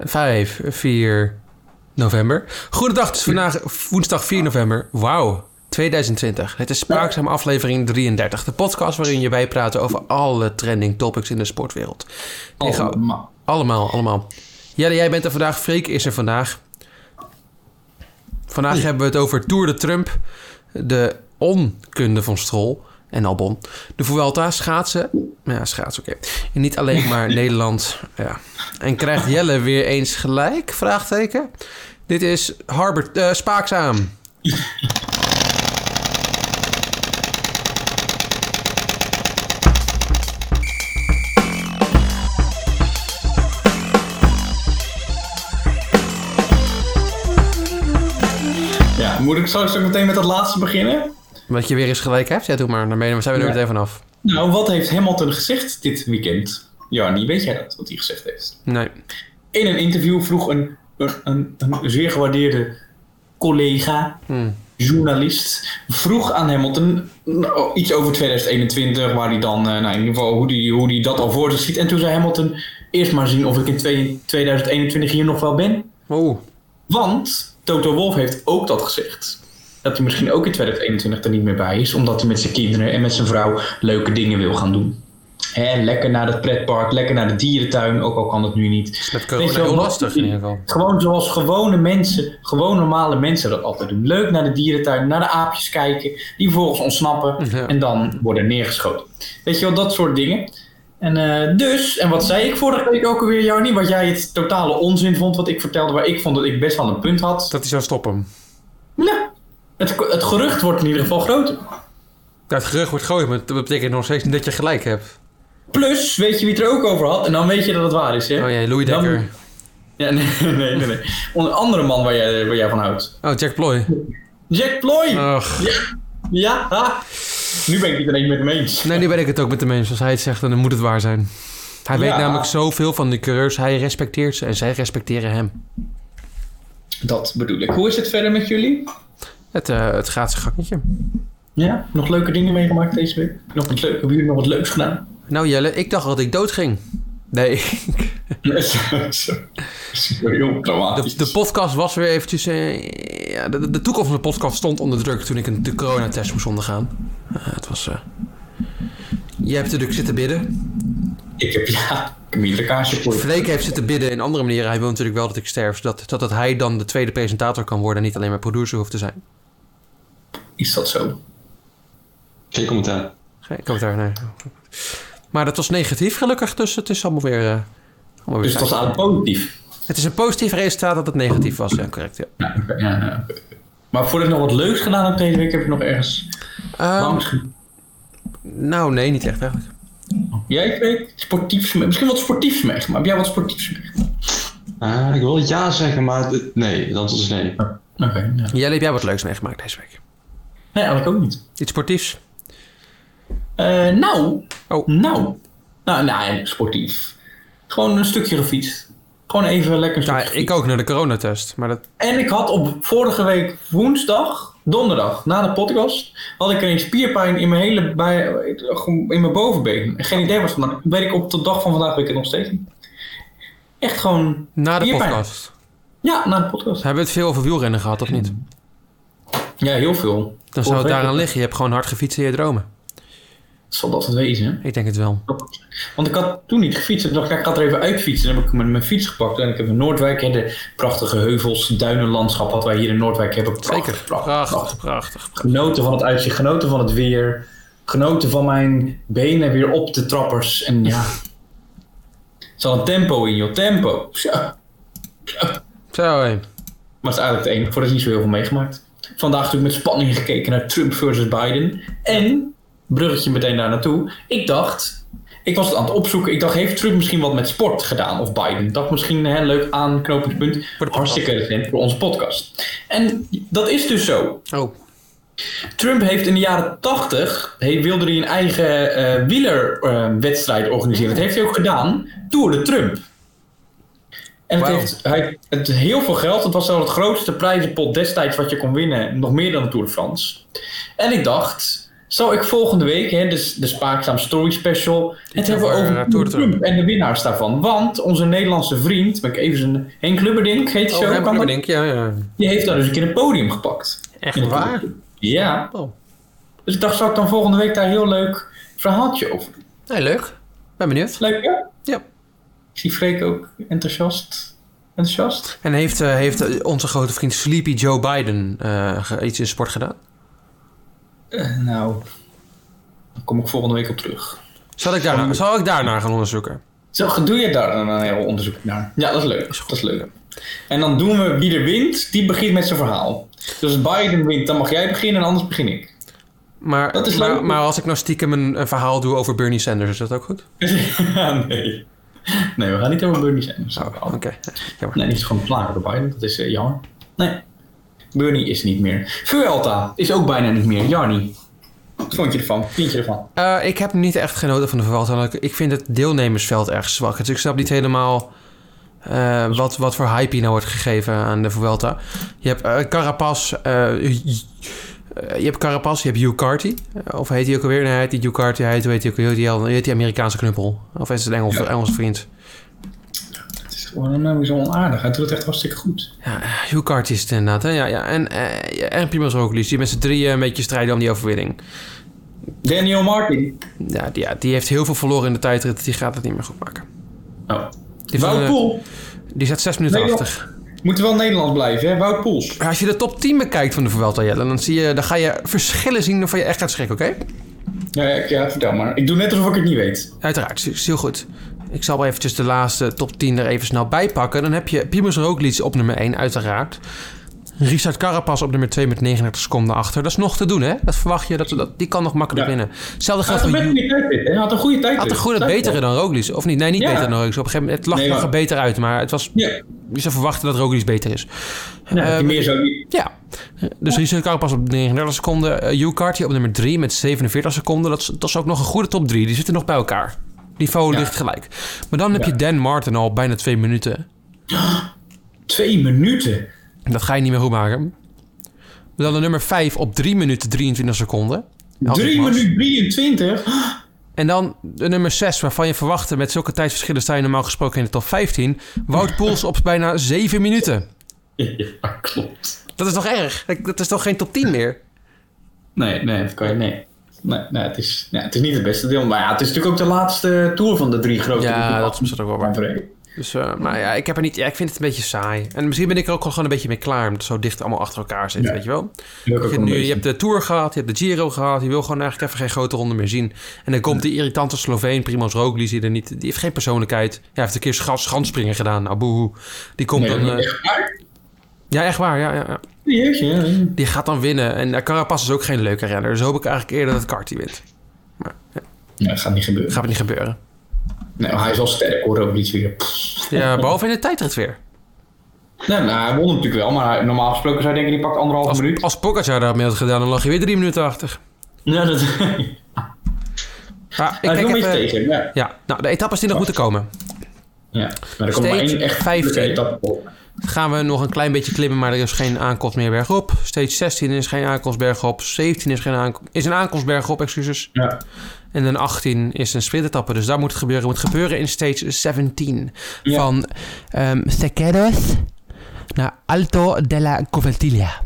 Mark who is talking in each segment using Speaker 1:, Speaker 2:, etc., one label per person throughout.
Speaker 1: 5, 4 november. Goedendag, het is vandaag woensdag 4 november. Wauw, 2020. Het is Spraakzaam aflevering 33. De podcast waarin je bijpraat over alle trending topics in de sportwereld.
Speaker 2: Oh,
Speaker 1: Tegen-
Speaker 2: Allemaal.
Speaker 1: allemaal, allemaal. Jelle, jij bent er vandaag. Freek is er vandaag. Vandaag hebben we het over Tour de Trump, de onkunde van Strol en Albon. De Vuelta, schaatsen. Ja, schaatsen, oké. En Niet alleen maar Nederland. Ja. En krijgt Jelle weer eens gelijk? Vraagteken. Dit is Harbert, eh, Spaakzaam.
Speaker 2: Ja, moet ik straks ook meteen met dat laatste beginnen?
Speaker 1: Wat je weer eens gelijk hebt? Ja, doe maar. Dan ben je- zijn we er
Speaker 2: Ja.
Speaker 1: meteen vanaf.
Speaker 2: Nou, wat heeft Hamilton gezegd dit weekend? Jannie, weet jij dat, wat hij gezegd heeft?
Speaker 1: Nee.
Speaker 2: In een interview vroeg een, een, een, een zeer gewaardeerde collega, journalist, vroeg aan Hamilton nou, iets over 2021, waar hij dan, eh, nou, in ieder geval hoe hij hoe die dat al voor zich ziet. En toen zei Hamilton, eerst maar zien of ik in twee- 2021 hier nog wel ben.
Speaker 1: Oeh.
Speaker 2: Want Toto Wolf heeft ook dat gezegd. Dat hij misschien ook in 2021 er niet meer bij is, omdat hij met zijn kinderen en met zijn vrouw leuke dingen wil gaan doen. Hè, lekker naar het pretpark, lekker naar de dierentuin, ook al kan dat nu niet.
Speaker 1: Met
Speaker 2: Weet
Speaker 1: corona
Speaker 2: je wel,
Speaker 1: heel
Speaker 2: wat-
Speaker 1: lastig in ieder geval.
Speaker 2: Gewoon zoals gewone mensen, gewoon normale mensen dat altijd doen. Leuk naar de dierentuin, naar de aapjes kijken, die vervolgens ontsnappen
Speaker 1: Ja.
Speaker 2: en dan worden neergeschoten. Weet je wel, dat soort dingen. En eh, dus, en wat zei ik vorige week ook alweer, Jarnie, wat jij het totale onzin vond, wat ik vertelde, waar ik vond dat ik best wel een punt had.
Speaker 1: Dat hij zou stoppen.
Speaker 2: Nou, het, het gerucht wordt in ieder geval groter.
Speaker 1: Dat gerucht wordt gegooid, maar dat betekent nog steeds niet dat je gelijk hebt.
Speaker 2: Plus, weet je wie het er ook over had? En dan weet je dat het waar is, hè?
Speaker 1: Oh ja, Louis
Speaker 2: Dan-
Speaker 1: Dekker.
Speaker 2: Ja, nee, nee, nee. nee. Een andere man waar jij, waar jij van houdt.
Speaker 1: Oh, Jack Ploy.
Speaker 2: Jack Ploy!
Speaker 1: Ach.
Speaker 2: Ja, ha. Nu ben ik het ineens met hem eens.
Speaker 1: Nee, nu ben ik het ook met de mensen. Als hij het zegt, dan moet het waar zijn. Hij weet
Speaker 2: Ja.
Speaker 1: namelijk zoveel van de coureurs. Hij respecteert ze en zij respecteren hem.
Speaker 2: Dat bedoel ik. Hoe is het verder met jullie?
Speaker 1: Het, eh, het gaat zijn gangetje.
Speaker 2: Ja, nog leuke dingen meegemaakt deze week? Nog wat leuk, hebben jullie nog wat leuks gedaan?
Speaker 1: Nou Jelle, ik dacht dat ik doodging. Nee,
Speaker 2: Nee, zo- zo. zo Heel
Speaker 1: de,
Speaker 2: dramatisch.
Speaker 1: de podcast was weer eventjes... eh, ja, de, de toekomst van de podcast stond onder druk toen ik een de coronatest moest ondergaan. Eh, het was... eh, Jij hebt natuurlijk zitten bidden.
Speaker 2: Ik heb, ja, ik heb hier kaasje voor je.
Speaker 1: Freek heeft zitten bidden in andere manieren. Hij wil natuurlijk wel dat ik sterf. Zodat dat, dat hij dan de tweede presentator kan worden. En niet alleen maar producer hoeft te zijn.
Speaker 2: Is dat zo?
Speaker 3: Geen commentaar.
Speaker 1: Geen commentaar, nee. Maar dat was negatief gelukkig, dus het is allemaal weer... eh, allemaal weer
Speaker 2: Dus het was
Speaker 1: fijn.
Speaker 2: eigenlijk positief.
Speaker 1: Het is een positief resultaat dat het negatief was, ja, correct. Ja.
Speaker 2: Ja, oké, ja, ja, oké. Maar voordat ik nog wat leuks gedaan heb deze week, heb ik nog ergens
Speaker 1: Ehm,
Speaker 2: langs ge-
Speaker 1: nou, nee, niet echt eigenlijk.
Speaker 2: Jij weet sportiefs, me- misschien wat sportiefs meegemaakt. Heb jij wat sportiefs meegemaakt?
Speaker 3: Ah, ik wil ja zeggen, maar het- nee, dat is nee.
Speaker 1: Oh,
Speaker 2: Oké, ja.
Speaker 1: Jelle, heb jij wat leuks meegemaakt deze week?
Speaker 2: Nee, eigenlijk ook niet.
Speaker 1: Iets sportiefs?
Speaker 2: Eh, nou,
Speaker 1: Oh.
Speaker 2: nou, nou, nou, ja, sportief. Gewoon een stukje gefietst. Gewoon even lekker een stukje
Speaker 1: Nou, ik ook naar de coronatest, maar dat...
Speaker 2: En ik had op vorige week woensdag, donderdag, na de podcast, had ik ineens spierpijn in mijn hele bij, in mijn bovenbeen. Geen idee wat het was, maar weet ik op de dag van vandaag weet ik het nog steeds niet. Echt gewoon.
Speaker 1: Na de
Speaker 2: spierpijn.
Speaker 1: podcast.
Speaker 2: Ja, na de podcast.
Speaker 1: Hebben we het veel over wielrennen gehad, of niet?
Speaker 2: Ja, heel veel.
Speaker 1: Dan zou het
Speaker 2: Vorige
Speaker 1: daaraan
Speaker 2: week-
Speaker 1: liggen. Je hebt gewoon hard gefietst in je dromen.
Speaker 2: Zal dat het wezen? hè?
Speaker 1: Ik denk het wel.
Speaker 2: Want ik had toen niet gefietst. Ik dacht, ik, ik ga er even uitfietsen. Dan heb ik mijn, mijn fiets gepakt. En ik heb in Noordwijk, hè, de prachtige heuvels, duinenlandschap wat wij hier in Noordwijk hebben. Prachtig,
Speaker 1: Zeker.
Speaker 2: prachtig, prachtig.
Speaker 1: Prachtig, prachtig.
Speaker 2: Genoten van het uitzicht, genoten van het weer. Genoten van mijn benen weer op de trappers. En ja, er zat een tempo in, joh. Tempo. Zo.
Speaker 1: Zo, hé. Oh,
Speaker 2: Maar het is eigenlijk het enige. Voor dat is niet zo heel veel meegemaakt. Vandaag natuurlijk met spanning gekeken naar Trump versus Biden. En, bruggetje meteen daar naartoe. Ik dacht, ik was het aan het opzoeken. Ik dacht, heeft Trump misschien wat met sport gedaan of Biden? Dat misschien een leuk aanknopingspunt.
Speaker 1: podcast.
Speaker 2: Hartstikke relevant voor onze podcast. En dat is dus zo.
Speaker 1: Oh,
Speaker 2: Trump heeft in de jaren 80 hij wilde hij een eigen eh wielerwedstrijd organiseren. Dat heeft hij ook gedaan. Tour de Trump. En het
Speaker 1: Wauw.
Speaker 2: heeft hij, het, heel veel geld. Het was wel het grootste prijzenpot destijds wat je kon winnen. Nog meer dan de Tour de France. En ik dacht, Stel ik volgende week, hè, dus de Spaakzaam Story Special, het
Speaker 1: Iets
Speaker 2: hebben
Speaker 1: over,
Speaker 2: over
Speaker 1: eh, Tour de Trump.
Speaker 2: Trump en de winnaars daarvan. Want onze Nederlandse vriend, ben ik even zijn Henk Lubberdink, heet hij
Speaker 1: Oh,
Speaker 2: zo, kan
Speaker 1: Rem
Speaker 2: dat?
Speaker 1: Lubberdink, ja, ja.
Speaker 2: die heeft daar dus een keer een podium gepakt.
Speaker 1: Echt waar?
Speaker 2: Ja,
Speaker 1: Oh.
Speaker 2: dus ik dacht, zou ik dan volgende week daar een heel leuk verhaaltje over doen?
Speaker 1: Nee, leuk. Ben benieuwd.
Speaker 2: Leuk, ja?
Speaker 1: Ja.
Speaker 2: Ik zie Freek ook enthousiast. Enthousiast?
Speaker 1: En heeft, eh, heeft eh, onze grote vriend Sleepy Joe Biden eh, ge- iets in sport gedaan?
Speaker 2: Eh, nou, daar kom ik volgende week op terug.
Speaker 1: Zal ik, daarna, zal ik daarna gaan onderzoeken?
Speaker 2: Zo, doe je daar dan een heel onderzoek naar? Ja, dat is leuk. Dat is leuk. En dan doen we wie er wint, die begint met zijn verhaal. Dus als Biden wint, dan mag jij beginnen en anders begin ik.
Speaker 1: Maar,
Speaker 2: Dat is
Speaker 1: maar,
Speaker 2: leuk.
Speaker 1: maar als ik nou stiekem een, een verhaal doe over Bernie Sanders, is dat ook goed?
Speaker 2: nee. Nee, we gaan niet over Bernie Sanders.
Speaker 1: Oh, oké. Jammer.
Speaker 2: Nee, niet gewoon klaar door Biden. Dat is eh, jammer. Nee. Bernie is niet meer. Vuelta is ook bijna niet meer. Jarni. Wat vond je ervan? Vind je ervan?
Speaker 1: Eh, ik heb niet echt genoten van de verwachting. want Ik, ik vind het deelnemersveld erg zwak. Dus ik snap niet helemaal eh, wat, wat voor hype hier nou wordt gegeven aan de Vuelta. Je hebt eh, Carapaz... eh, j- j- eh, je hebt Carapaz, je hebt Hugh Carty. Eh, Of heet hij ook alweer? Nee, hij heet niet Hugh Carty. Hij heet, hoe heet hij ook alweer? Die, die heet die Amerikaanse knuppel. Of is het een Engels, Engelse vriend?
Speaker 2: Het is gewoon een zo onaardig. Hij doet het echt hartstikke goed.
Speaker 1: Ja, eh, Hugh Carty is het inderdaad. Hè? Ja, ja. En, eh ja, en Primoz Roglic. Die met z'n drieën een beetje strijden om die overwinning.
Speaker 2: Daniel Martin.
Speaker 1: Ja, die, ja, die heeft heel veel verloren in de tijdrit. Die gaat het niet meer goed maken.
Speaker 2: Oh.
Speaker 1: Die,
Speaker 2: Wout
Speaker 1: van, eh,
Speaker 2: Poel.
Speaker 1: die staat 6 minuten
Speaker 2: Nee, joh.
Speaker 1: achter.
Speaker 2: Moet wel Nederlands blijven, hè? Wout Poels.
Speaker 1: Als je de top 10 bekijkt van de Vuelta, Jelle, dan, zie je, dan ga je verschillen zien waarvan je echt gaat schrikken, oké?
Speaker 2: Ja, ja, ja, vertel maar. Ik doe net alsof ik het niet weet.
Speaker 1: Uiteraard, is heel goed. Ik zal wel eventjes de laatste top 10 er even snel bij pakken. Dan heb je Primoz Roglic op nummer 1, uiteraard. Richard Carapaz op nummer 2 met 39 seconden achter. Dat is nog te doen, hè? Dat verwacht je. Dat, dat, die kan nog makkelijk
Speaker 2: Ja.
Speaker 1: winnen. Hetzelfde
Speaker 2: Hij
Speaker 1: geldt
Speaker 2: had een
Speaker 1: voor... Ju-
Speaker 2: beetje tijd dit, hè? Hij had een goede tijd.
Speaker 1: Had de
Speaker 2: dit.
Speaker 1: groene
Speaker 2: Tijd
Speaker 1: betere
Speaker 2: wel.
Speaker 1: dan Roglic? Of niet? Nee, niet
Speaker 2: Ja.
Speaker 1: beter dan Roglic. Op een gegeven moment het lag
Speaker 2: Nee,
Speaker 1: er
Speaker 2: maar-
Speaker 1: beter uit. Maar het was...
Speaker 2: Ja.
Speaker 1: Je zou verwachten dat Roglic beter is.
Speaker 2: Ja,
Speaker 1: Ehm,
Speaker 2: meer zo niet.
Speaker 1: Ja, dus Richard Carapaz op 39 seconden. eh, Hugh Carty op nummer 3 met 47 seconden. Dat is, dat is ook nog een goede top 3. Die zitten nog bij elkaar. Niveau
Speaker 2: Ja.
Speaker 1: ligt gelijk. Maar dan heb
Speaker 2: Ja.
Speaker 1: je Dan Martin al bijna twee minuten.
Speaker 2: Twee minuten.
Speaker 1: Dat ga je niet meer goed maken. Dan de nummer 5 op 3 minuten 23 seconden. Als ik
Speaker 2: Drie
Speaker 1: was.
Speaker 2: minuten 23.
Speaker 1: En dan de nummer 6, waarvan je verwachtte... met zulke tijdsverschillen sta je normaal gesproken in de top 15. Wout Poels op bijna 7 minuten.
Speaker 2: Ja, klopt.
Speaker 1: Dat is toch erg? Dat- Dat is toch geen top 10 meer?
Speaker 2: Nee, nee, dat kan je nee. Nee, nee, het, is, nee, het is niet het beste deel. Maar ja, het is natuurlijk ook de laatste tour van de drie grote.
Speaker 1: Ja,
Speaker 2: groepen.
Speaker 1: dat is misschien ook wel waar. Dus, eh, maar ja, ik heb er niet. Ja, ik vind het een beetje saai. En misschien ben ik er ook gewoon een beetje mee klaar. Omdat het zo dicht allemaal achter elkaar zit,
Speaker 2: Ja.
Speaker 1: weet je wel.
Speaker 2: Leuk
Speaker 1: Je,
Speaker 2: ook
Speaker 1: hebt
Speaker 2: nu,
Speaker 1: nu, je hebt de Tour gehad, je hebt de Giro gehad. Je wil gewoon eigenlijk even geen grote ronde meer zien. En dan komt die irritante Sloveen, Primoz Roglic, die er niet... Die heeft geen persoonlijkheid. Hij heeft een keer scha- schanspringen gedaan. Nou, boehoe. Die komt dan... eh,
Speaker 2: echt waar?
Speaker 1: ja, echt waar. Ja, ja, ja.
Speaker 2: Jeetje, ja, ja.
Speaker 1: Die gaat dan winnen. En eh, Carapaz is ook geen leuke renner. Dus hoop ik eigenlijk eerder dat Carty wint.
Speaker 2: Nee, dat gaat niet gebeuren.
Speaker 1: Gaat het niet gebeuren.
Speaker 2: Nee, maar hij is wel sterk hoor, ook niet weer. Pff.
Speaker 1: Ja, behalve in de tijdrit weer.
Speaker 2: Nee, maar hij won natuurlijk wel, maar hij- normaal gesproken zou je denken, die pakt anderhalf
Speaker 1: Als,
Speaker 2: minuut.
Speaker 1: als Pogacar daarmee had gedaan, dan lag je weer drie minuten achter.
Speaker 2: Ja, dat... hij
Speaker 1: Maar ik
Speaker 2: is wel
Speaker 1: kijk
Speaker 2: een beetje
Speaker 1: even...
Speaker 2: tegen, ja.
Speaker 1: Ja, nou, de etappes die nog moeten komen.
Speaker 2: ja. Maar er komt maar
Speaker 1: Steeds
Speaker 2: één echt
Speaker 1: vijftien.
Speaker 2: moeilijke etappe op.
Speaker 1: Gaan we nog een klein beetje klimmen, maar er is geen aankomst meer bergop. Steeds 16 is geen aankomst bergop. 17 is, geen aank- is een aankomst bergop, excuses.
Speaker 2: Ja.
Speaker 1: En dan 18 is een sprintetappe. Dus daar moet het gebeuren. Het moet gebeuren in stage 17.
Speaker 2: Ja.
Speaker 1: Van ehm Sequeros naar Alto de la Covertilia.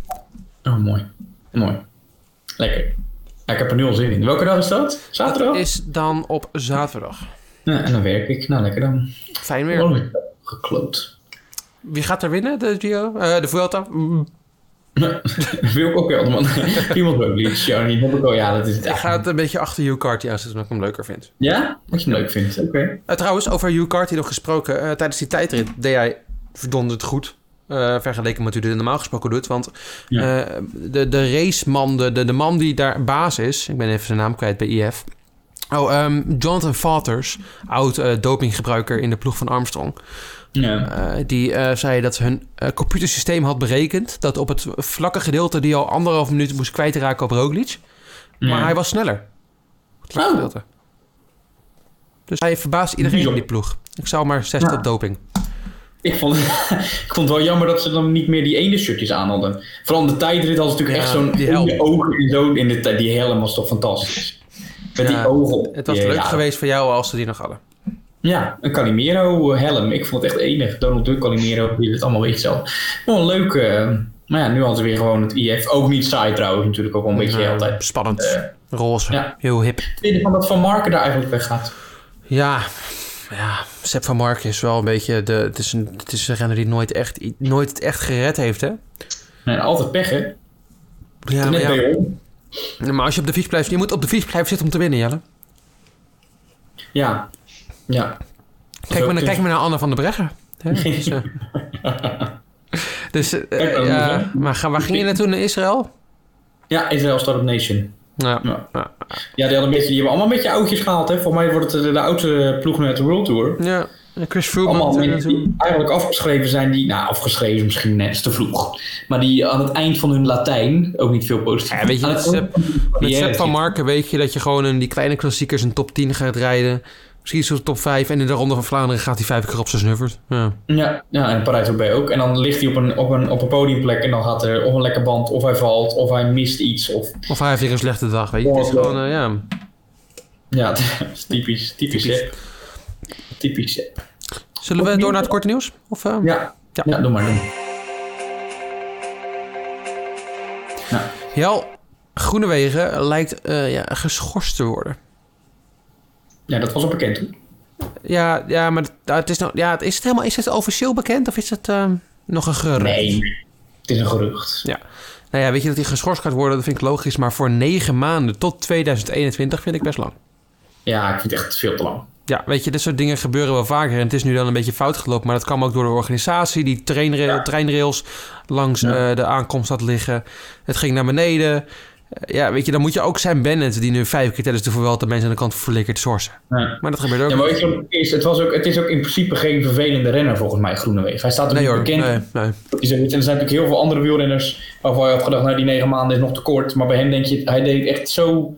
Speaker 2: Oh, mooi. Mooi. Lekker. Ja, ik heb er nu al zin in. Welke dag is dat? Zaterdag?
Speaker 1: Is dan op zaterdag.
Speaker 2: Ja, en dan werk ik. Nou, lekker dan.
Speaker 1: Fijn
Speaker 2: Oh,
Speaker 1: weer.
Speaker 2: ik heb gekloot.
Speaker 1: Wie gaat er winnen? De Giro? Eh, de Vuelta? Mm.
Speaker 2: Wil ik ook wel, man. Iemand ook lief. Ja, die heb ik al. Ja, dat is het.
Speaker 1: Ik ga het een beetje achter Hugh Carty aanzetten, omdat ik hem leuker vind.
Speaker 2: Ja? Wat je hem leuk vindt. Oké.
Speaker 1: Eh, trouwens, over Hugh Carty nog gesproken. eh, tijdens die tijdrit deed hij verdonderd goed. eh, vergeleken met hoe hij dit normaal gesproken doet. Want
Speaker 2: Ja.
Speaker 1: eh, de, de raceman, de, de, de man die daar baas is... Ik ben even zijn naam kwijt bij IF. Oh, ehm, Jonathan Fathers, oud eh, dopinggebruiker in de ploeg van Armstrong.
Speaker 2: Ja.
Speaker 1: eh, die eh, zei dat hun eh, computersysteem had berekend... dat op het vlakke gedeelte die al anderhalf minuut moest kwijtraken op Roglic... maar
Speaker 2: Ja.
Speaker 1: hij was sneller. Op het vlakke
Speaker 2: Oh.
Speaker 1: gedeelte. Dus hij verbaast iedereen in die ploeg. Ik zou maar zes
Speaker 2: Ja.
Speaker 1: op doping.
Speaker 2: Ik vond, ik vond het wel jammer dat ze dan niet meer die ene shirtjes aan hadden. Vooral de tijdrit had ze natuurlijk
Speaker 1: Ja,
Speaker 2: echt zo'n
Speaker 1: die helm.
Speaker 2: die ogen en zo. In de, tij- die helm was toch fantastisch. Met
Speaker 1: Ja,
Speaker 2: die ogen. op.
Speaker 1: Het was
Speaker 2: Ja,
Speaker 1: leuk
Speaker 2: ja.
Speaker 1: geweest voor jou als ze die nog hadden.
Speaker 2: Ja, een Calimero eh, helm. Ik vond het echt enig. Donald Duck, Calimero, die het allemaal weet zelf. Wel een leuk. eh, maar ja, nu hadden ze weer gewoon het IF. Ook niet saai trouwens, natuurlijk ook wel een beetje
Speaker 1: Nou,
Speaker 2: altijd.
Speaker 1: Spannend.
Speaker 2: Eh,
Speaker 1: Roze.
Speaker 2: ja.
Speaker 1: Heel hip.
Speaker 2: Tweede van dat Van Marken daar eigenlijk weggaat.
Speaker 1: Ja, ja Sepp van Mark is wel een beetje... De, het, is een, het is een renner die nooit, echt, nooit het echt gered heeft, hè?
Speaker 2: Nee, altijd pech, hè?
Speaker 1: Ja,
Speaker 2: Net
Speaker 1: maar,
Speaker 2: bij
Speaker 1: ja.
Speaker 2: Hol.
Speaker 1: maar als je op de fiets blijft... Je moet op de fiets blijven zitten om te winnen, Jelle.
Speaker 2: Ja. Ja.
Speaker 1: Kijk maar,
Speaker 2: Zo-
Speaker 1: kijk maar naar Anne van der Breggen. hè? Dus, eh, dus, eh,
Speaker 2: Kijk maar,
Speaker 1: ja,
Speaker 2: hè?
Speaker 1: maar ga- waar ging je naartoe naar Israël?
Speaker 2: Ja, Israël Startup Nation.
Speaker 1: Nou,
Speaker 2: Ja.
Speaker 1: ja.
Speaker 2: Ja, die, hadden een beetje, die hebben allemaal een beetje oudjes gehaald. Hè. Voor mij wordt het eh, de, de oudste ploeg met de World Tour.
Speaker 1: ja. Chris Froome.
Speaker 2: Allemaal
Speaker 1: moet er
Speaker 2: mensen
Speaker 1: naartoe.
Speaker 2: die eigenlijk afgeschreven zijn. Die, nou, afgeschreven misschien net is te vroeg. Maar die aan het eind van hun Latijn ook niet veel positief.
Speaker 1: Ja, weet je,
Speaker 2: Aan
Speaker 1: met
Speaker 2: het eind
Speaker 1: Sepp-
Speaker 2: van hun
Speaker 1: Met
Speaker 2: carrière
Speaker 1: Sepp van
Speaker 2: zit.
Speaker 1: Marken weet je dat je gewoon in die kleine klassiekers een top 10 gaat rijden. Misschien zo'n top 5. En in de Ronde van Vlaanderen gaat hij vijf keer op zijn snuffert. Ja.
Speaker 2: Ja, ja en Parijs-Roubaix ook. En dan ligt hij op een, op, een, op een podiumplek. En dan gaat er of een lekker band. Of hij valt. Of hij mist iets. Of,
Speaker 1: Of hij heeft weer een slechte dag, weet je. Het is gewoon, eh, ja.
Speaker 2: ja, dat is typisch. Typisch,
Speaker 1: Typisch.
Speaker 2: Sepp. Typisch, Sepp.
Speaker 1: Zullen we door naar het korte nieuws? Of, eh,
Speaker 2: Ja.
Speaker 1: Ja.
Speaker 2: Ja. doe maar. Doe. Nou,
Speaker 1: Jel, Groenewegen lijkt eh, ja, geschorst te worden.
Speaker 2: ja, dat was al bekend toen.
Speaker 1: Ja, ja maar dat- het is, nou, ja, het- is, het helemaal, is het officieel bekend of is het eh, nog een gerucht?
Speaker 2: Nee, het is een gerucht.
Speaker 1: Ja. Nou ja, weet je dat hij geschorst gaat worden, dat vind ik logisch. Maar voor negen maanden tot 2021 vind ik best lang.
Speaker 2: Ja, ik vind het echt veel te lang.
Speaker 1: Ja, weet je, dit soort dingen gebeuren wel vaker. En het is nu dan een beetje fout gelopen. Maar dat kwam ook door de organisatie. Die trainra-
Speaker 2: Ja.
Speaker 1: treinrails langs eh, de aankomst had liggen. Het ging naar beneden. Eh, ja, weet je, dan moet je ook zijn Bennett... die nu vijf keer tijdens de Vuelta mensen aan de kant flikkert sorsen.
Speaker 2: Ja.
Speaker 1: Maar dat gebeurt ook.
Speaker 2: Ja, maar weet je wat het is? Het, was ook, het is ook in principe geen vervelende renner volgens mij, Groenewegen. Hij staat er
Speaker 1: nee
Speaker 2: niet
Speaker 1: hoor,
Speaker 2: bekend.
Speaker 1: nee, nee.
Speaker 2: Is er iets. En er zijn natuurlijk heel veel andere wielrenners waarvan je had gedacht, nou die negen maanden is nog te kort. Maar bij hem denk je, hij deed echt zo... nou,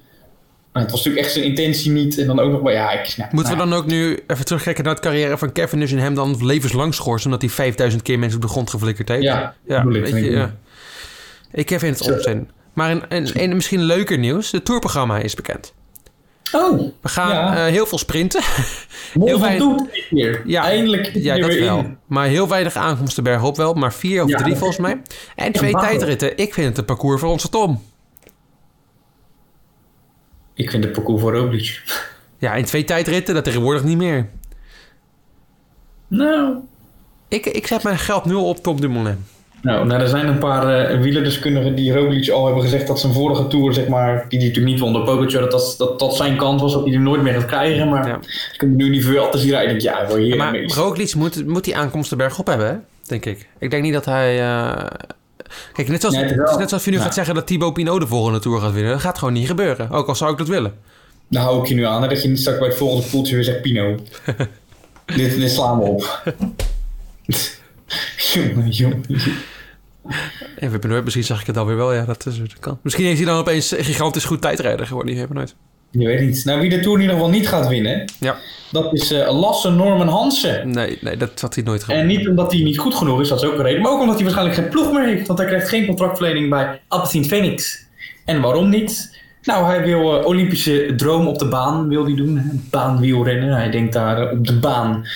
Speaker 2: het was natuurlijk echt zijn intentie niet. En dan ook nog bij, ja, ik Nou. snap.
Speaker 1: Moeten we dan ook nu even terugkijken naar het carrière van Kevin... dus en hem dan levenslang schorsen... omdat hij 5000 keer mensen op de grond geflikkerd heeft?
Speaker 2: Ja,
Speaker 1: ja
Speaker 2: bedoel ik,
Speaker 1: weet je,
Speaker 2: denk ik.
Speaker 1: ja. Ik heb in het
Speaker 2: Zo.
Speaker 1: onzin. Maar in, in, in misschien leuker nieuws, de tourprogramma is bekend.
Speaker 2: Oh,
Speaker 1: We gaan
Speaker 2: Ja.
Speaker 1: eh, heel veel sprinten.
Speaker 2: heel
Speaker 1: weinig-
Speaker 2: veel doet dit weer.
Speaker 1: Ja,
Speaker 2: Eindelijk zit
Speaker 1: Ja,
Speaker 2: hij er
Speaker 1: dat
Speaker 2: weer
Speaker 1: wel.
Speaker 2: in.
Speaker 1: Maar heel weinig aankomsten bergop wel. Maar vier of
Speaker 2: Ja,
Speaker 1: drie
Speaker 2: dat-
Speaker 1: volgens mij. En twee
Speaker 2: wauw.
Speaker 1: tijdritten. Ik vind het een parcours voor onze Tom.
Speaker 2: Ik vind het parcours voor Roglic.
Speaker 1: Ja, en twee tijdritten, dat tegenwoordig niet meer.
Speaker 2: Nou,
Speaker 1: Ik, ik zet mijn geld nu al op Tom Dumoulin.
Speaker 2: Nou, nou, er zijn een paar eh, wielerdeskundigen die Roglic al hebben gezegd dat zijn vorige tour, zeg maar, die die natuurlijk niet won door Pogacar, dat dat, dat dat zijn kans was, dat hij er nooit meer gaat krijgen. Maar
Speaker 1: Ja.
Speaker 2: ik kan nu niet veel te zien rijden. Ik denk, ja, wil je hier
Speaker 1: maar
Speaker 2: mee?
Speaker 1: Roglic moet, moet die aankomsten bergop hebben, hè? denk ik. Ik denk niet dat hij... eh, Kijk, net zoals,
Speaker 2: Nee, het is
Speaker 1: het is Nou.
Speaker 2: wel-
Speaker 1: net zoals je nu
Speaker 2: Ja.
Speaker 1: gaat zeggen dat Thibaut Pinot de volgende Tour gaat winnen. Dat gaat gewoon niet gebeuren. Ook al zou ik dat willen.
Speaker 2: Daar hou ik je nu aan, hè, dat je niet straks bij het volgende poeltje weer zegt, Pino, dit, dit slaan we op. jongen, jongen.
Speaker 1: En we nooit, misschien zag ik het alweer wel. Ja, dat, is, dat kan. Misschien is hij dan opeens een gigantisch goed tijdrijder geworden. Die hebben nooit.
Speaker 2: Je weet niet. Nou, wie de Tour in ieder geval niet gaat winnen,
Speaker 1: Ja,
Speaker 2: dat is eh, Lasse Norman Hansen.
Speaker 1: nee, nee, dat had hij nooit gedaan.
Speaker 2: En niet omdat hij niet goed genoeg is, dat is ook een reden. Maar ook omdat hij waarschijnlijk geen ploeg meer heeft. Want hij krijgt geen contractverlening bij Alpecin Phoenix. En waarom niet? Nou, hij wil eh, Olympische droom op de baan wil hij doen. hè. Baanwielrennen. Hij denkt daar eh, op de baan.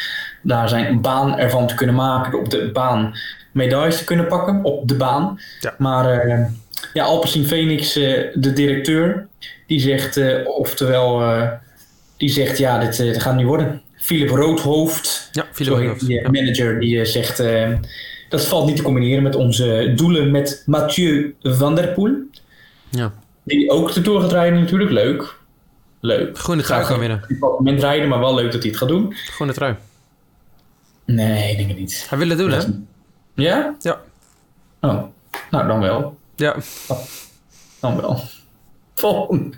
Speaker 2: Daar zijn baan ervan te kunnen maken. Op de baan medailles te kunnen pakken. Op de baan.
Speaker 1: Ja.
Speaker 2: Maar eh ja, Alpecin Phoenix, eh, de directeur, die zegt, eh, oftewel, eh, die zegt ja, dit, eh, dit gaat niet worden. Philip Roodhoofd,
Speaker 1: Ja, Philip
Speaker 2: Sorry,
Speaker 1: Roodhoofd.
Speaker 2: die eh, manager die eh, zegt... eh, dat valt niet te combineren met onze doelen met Mathieu van der Poel.
Speaker 1: Ja.
Speaker 2: Die ook de Tour gaat rijden natuurlijk. Leuk. Leuk.
Speaker 1: Groene trui
Speaker 2: Gaat
Speaker 1: kan
Speaker 2: op
Speaker 1: winnen.
Speaker 2: dit moment rijden, maar wel leuk dat hij het gaat doen.
Speaker 1: Groene trui.
Speaker 2: Nee, ik denk het niet.
Speaker 1: Hij wil het doen, hè?
Speaker 2: Ja?
Speaker 1: Ja.
Speaker 2: Oh. Nou, dan wel.
Speaker 1: Ja.
Speaker 2: Dan wel. Volgende.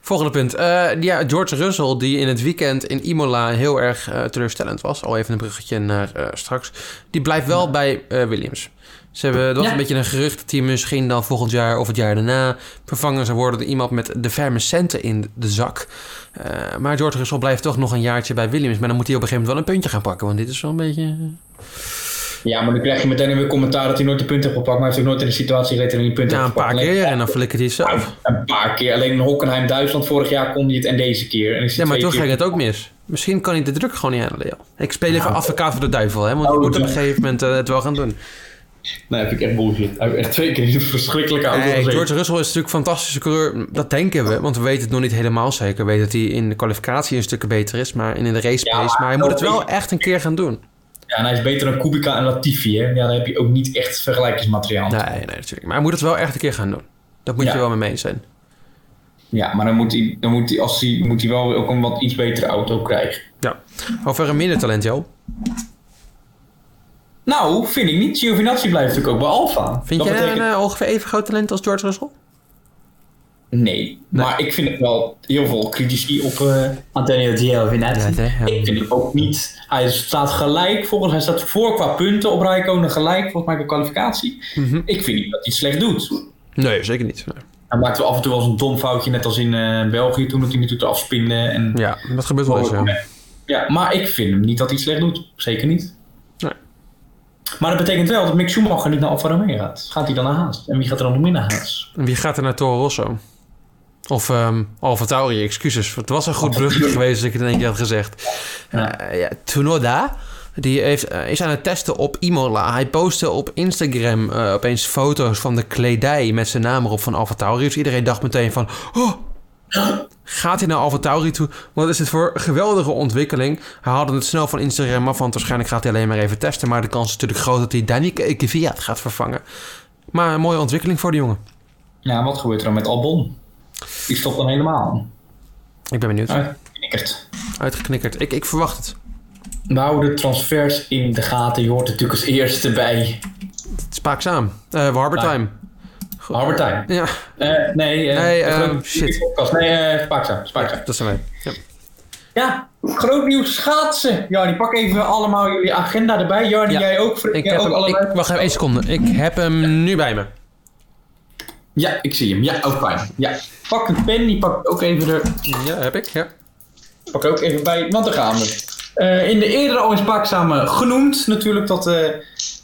Speaker 1: Volgende punt. Eh, ja, George Russell, die in het weekend in Imola heel erg eh, teleurstellend was. Al even een bruggetje naar eh, straks. Die blijft wel bij eh, Williams. Ze hebben, er was
Speaker 2: Ja.
Speaker 1: een beetje een gerucht dat hij misschien dan volgend jaar of het jaar daarna vervangen zou worden door iemand met de ferme centen in de zak. Eh, maar George Russell blijft toch nog een jaartje bij Williams. Maar dan moet hij op een gegeven moment wel een puntje gaan pakken. Want dit is wel een beetje...
Speaker 2: Ja, maar dan krijg je meteen weer commentaar dat hij nooit de punten heeft gepakt. Maar hij heeft ook nooit in de situatie gezeten dat hij punten
Speaker 1: Ja, een
Speaker 2: heeft
Speaker 1: paar
Speaker 2: gepakt.
Speaker 1: keer en dan flikkert hij het zelf.
Speaker 2: Een paar keer. Alleen in Hockenheim, Duitsland vorig jaar kon hij het en deze keer. En ik zie
Speaker 1: Ja, maar
Speaker 2: twee
Speaker 1: toen ging
Speaker 2: keer-
Speaker 1: het ook mis. Misschien kan hij de druk gewoon niet aan, Leo. Ik speel
Speaker 2: Nou.
Speaker 1: even advocaat voor de duivel, hè. Want je
Speaker 2: Oh,
Speaker 1: moet op een
Speaker 2: ja.
Speaker 1: gegeven moment eh, het wel gaan
Speaker 2: Oh,
Speaker 1: doen.
Speaker 2: Nee, heb ik echt bullshit. Hij heeft echt twee keer in een verschrikkelijke auto
Speaker 1: Nee,
Speaker 2: gezeten.
Speaker 1: George Russell is natuurlijk een fantastische coureur. Dat denken we, want we weten het nog niet helemaal zeker. We weten dat hij in de kwalificatie een stuk beter is, maar in de race
Speaker 2: Ja,
Speaker 1: pace. maar hij
Speaker 2: dat
Speaker 1: moet het wel
Speaker 2: is-
Speaker 1: echt een keer gaan doen.
Speaker 2: Ja, en hij is beter dan Kubica en Latifi, hè. Ja, dan heb je ook niet echt vergelijkingsmateriaal.
Speaker 1: Nee, nee, natuurlijk. Maar hij moet het wel echt een keer gaan doen. Dat moet
Speaker 2: Ja.
Speaker 1: je wel mee eens zijn.
Speaker 2: Ja, maar dan moet hij, dan moet hij, als hij, moet hij wel ook een wat iets betere auto krijgen.
Speaker 1: Ja. Over een minder talent, Jo.
Speaker 2: Nou, vind ik niet. Giovinazzi blijft natuurlijk ook bij Alfa.
Speaker 1: Vind
Speaker 2: Dat
Speaker 1: jij
Speaker 2: betekent-
Speaker 1: een eh, ongeveer even groot talent als George Russell? eh,
Speaker 2: Nee, maar ik vind het wel heel veel critici op eh Antonio Giovinazzi.
Speaker 1: Ja, hè, ja.
Speaker 2: Ik vind hem ook niet. Hij staat gelijk, volgens hij staat voor qua punten op Rijkonen gelijk, volgens mij qua kwalificatie.
Speaker 1: Mhm.
Speaker 2: Ik vind niet dat hij het slecht doet.
Speaker 1: Nee, zeker niet. Nee.
Speaker 2: Hij maakt wel af en toe wel eens een dom foutje, net als in eh, België toen dat hij natuurlijk afspinde. En...
Speaker 1: Ja, dat gebeurt wel eens, ja.
Speaker 2: Ja, maar ik vind hem niet dat hij het slecht doet. Zeker niet.
Speaker 1: Nee.
Speaker 2: Maar dat betekent wel dat Mick Schumacher niet naar Alfa Romeo gaat. Gaat hij dan naar Haas? En wie gaat er dan nog meer naar Haas?
Speaker 1: En Wie gaat er naar Toro Rosso? Of ehm Alfa Tauri, excuses. Het was een goed bruggetje geweest dat ik het in één keer had gezegd.
Speaker 2: Ja.
Speaker 1: Eh, ja, Tsunoda, die heeft, eh, is aan het testen op Imola. Hij postte op Instagram eh, opeens foto's van de kledij met zijn naam erop van Alfa Tauri. Dus iedereen dacht meteen van... Oh, gaat hij naar Alfa Tauri toe? Wat is dit voor geweldige ontwikkeling? Hij haalde het snel van Instagram af, want waarschijnlijk gaat hij alleen maar even testen. Maar de kans is natuurlijk groot dat hij Danny Kvyat gaat vervangen. Maar een mooie ontwikkeling voor de jongen.
Speaker 2: Ja, wat gebeurt er dan met Albon? Die stopt dan helemaal.
Speaker 1: Ik ben
Speaker 2: Ah.
Speaker 1: benieuwd.
Speaker 2: Uitgeknikkerd.
Speaker 1: Uitgeknikkerd. Ik, ik verwacht het.
Speaker 2: We houden de transfers in de gaten. Je hoort het natuurlijk als eerste bij
Speaker 1: Het is spaakzaam. Eh Harbor
Speaker 2: Ja.
Speaker 1: Time.
Speaker 2: Albertijn.
Speaker 1: Ja,
Speaker 2: Eh nee, eh,
Speaker 1: Nee,
Speaker 2: de
Speaker 1: ehm,
Speaker 2: grote-
Speaker 1: shit.
Speaker 2: podcast. Nee, eh Spaakzaam. Spaakzaam.
Speaker 1: dat zijn wij. Ja.
Speaker 2: Ja, groot nieuws schaatsen. Jarnie, pak even allemaal jullie agenda erbij. Jarnie,
Speaker 1: Ja,
Speaker 2: jij ook. Frik,
Speaker 1: Ik
Speaker 2: jij
Speaker 1: heb
Speaker 2: ook
Speaker 1: hem,
Speaker 2: allebei.
Speaker 1: ik, wacht even één seconde. Ik heb hem nu bij me.
Speaker 2: Ja, ik zie hem. Ja, ook fijn. Ja. Pak een pen, die pak ik ook even er
Speaker 1: Ja, heb ik. Ja.
Speaker 2: pak ik ook even bij, want daar gaan we. Eh, in de eerdere al eens Paakzaam genoemd natuurlijk dat, eh,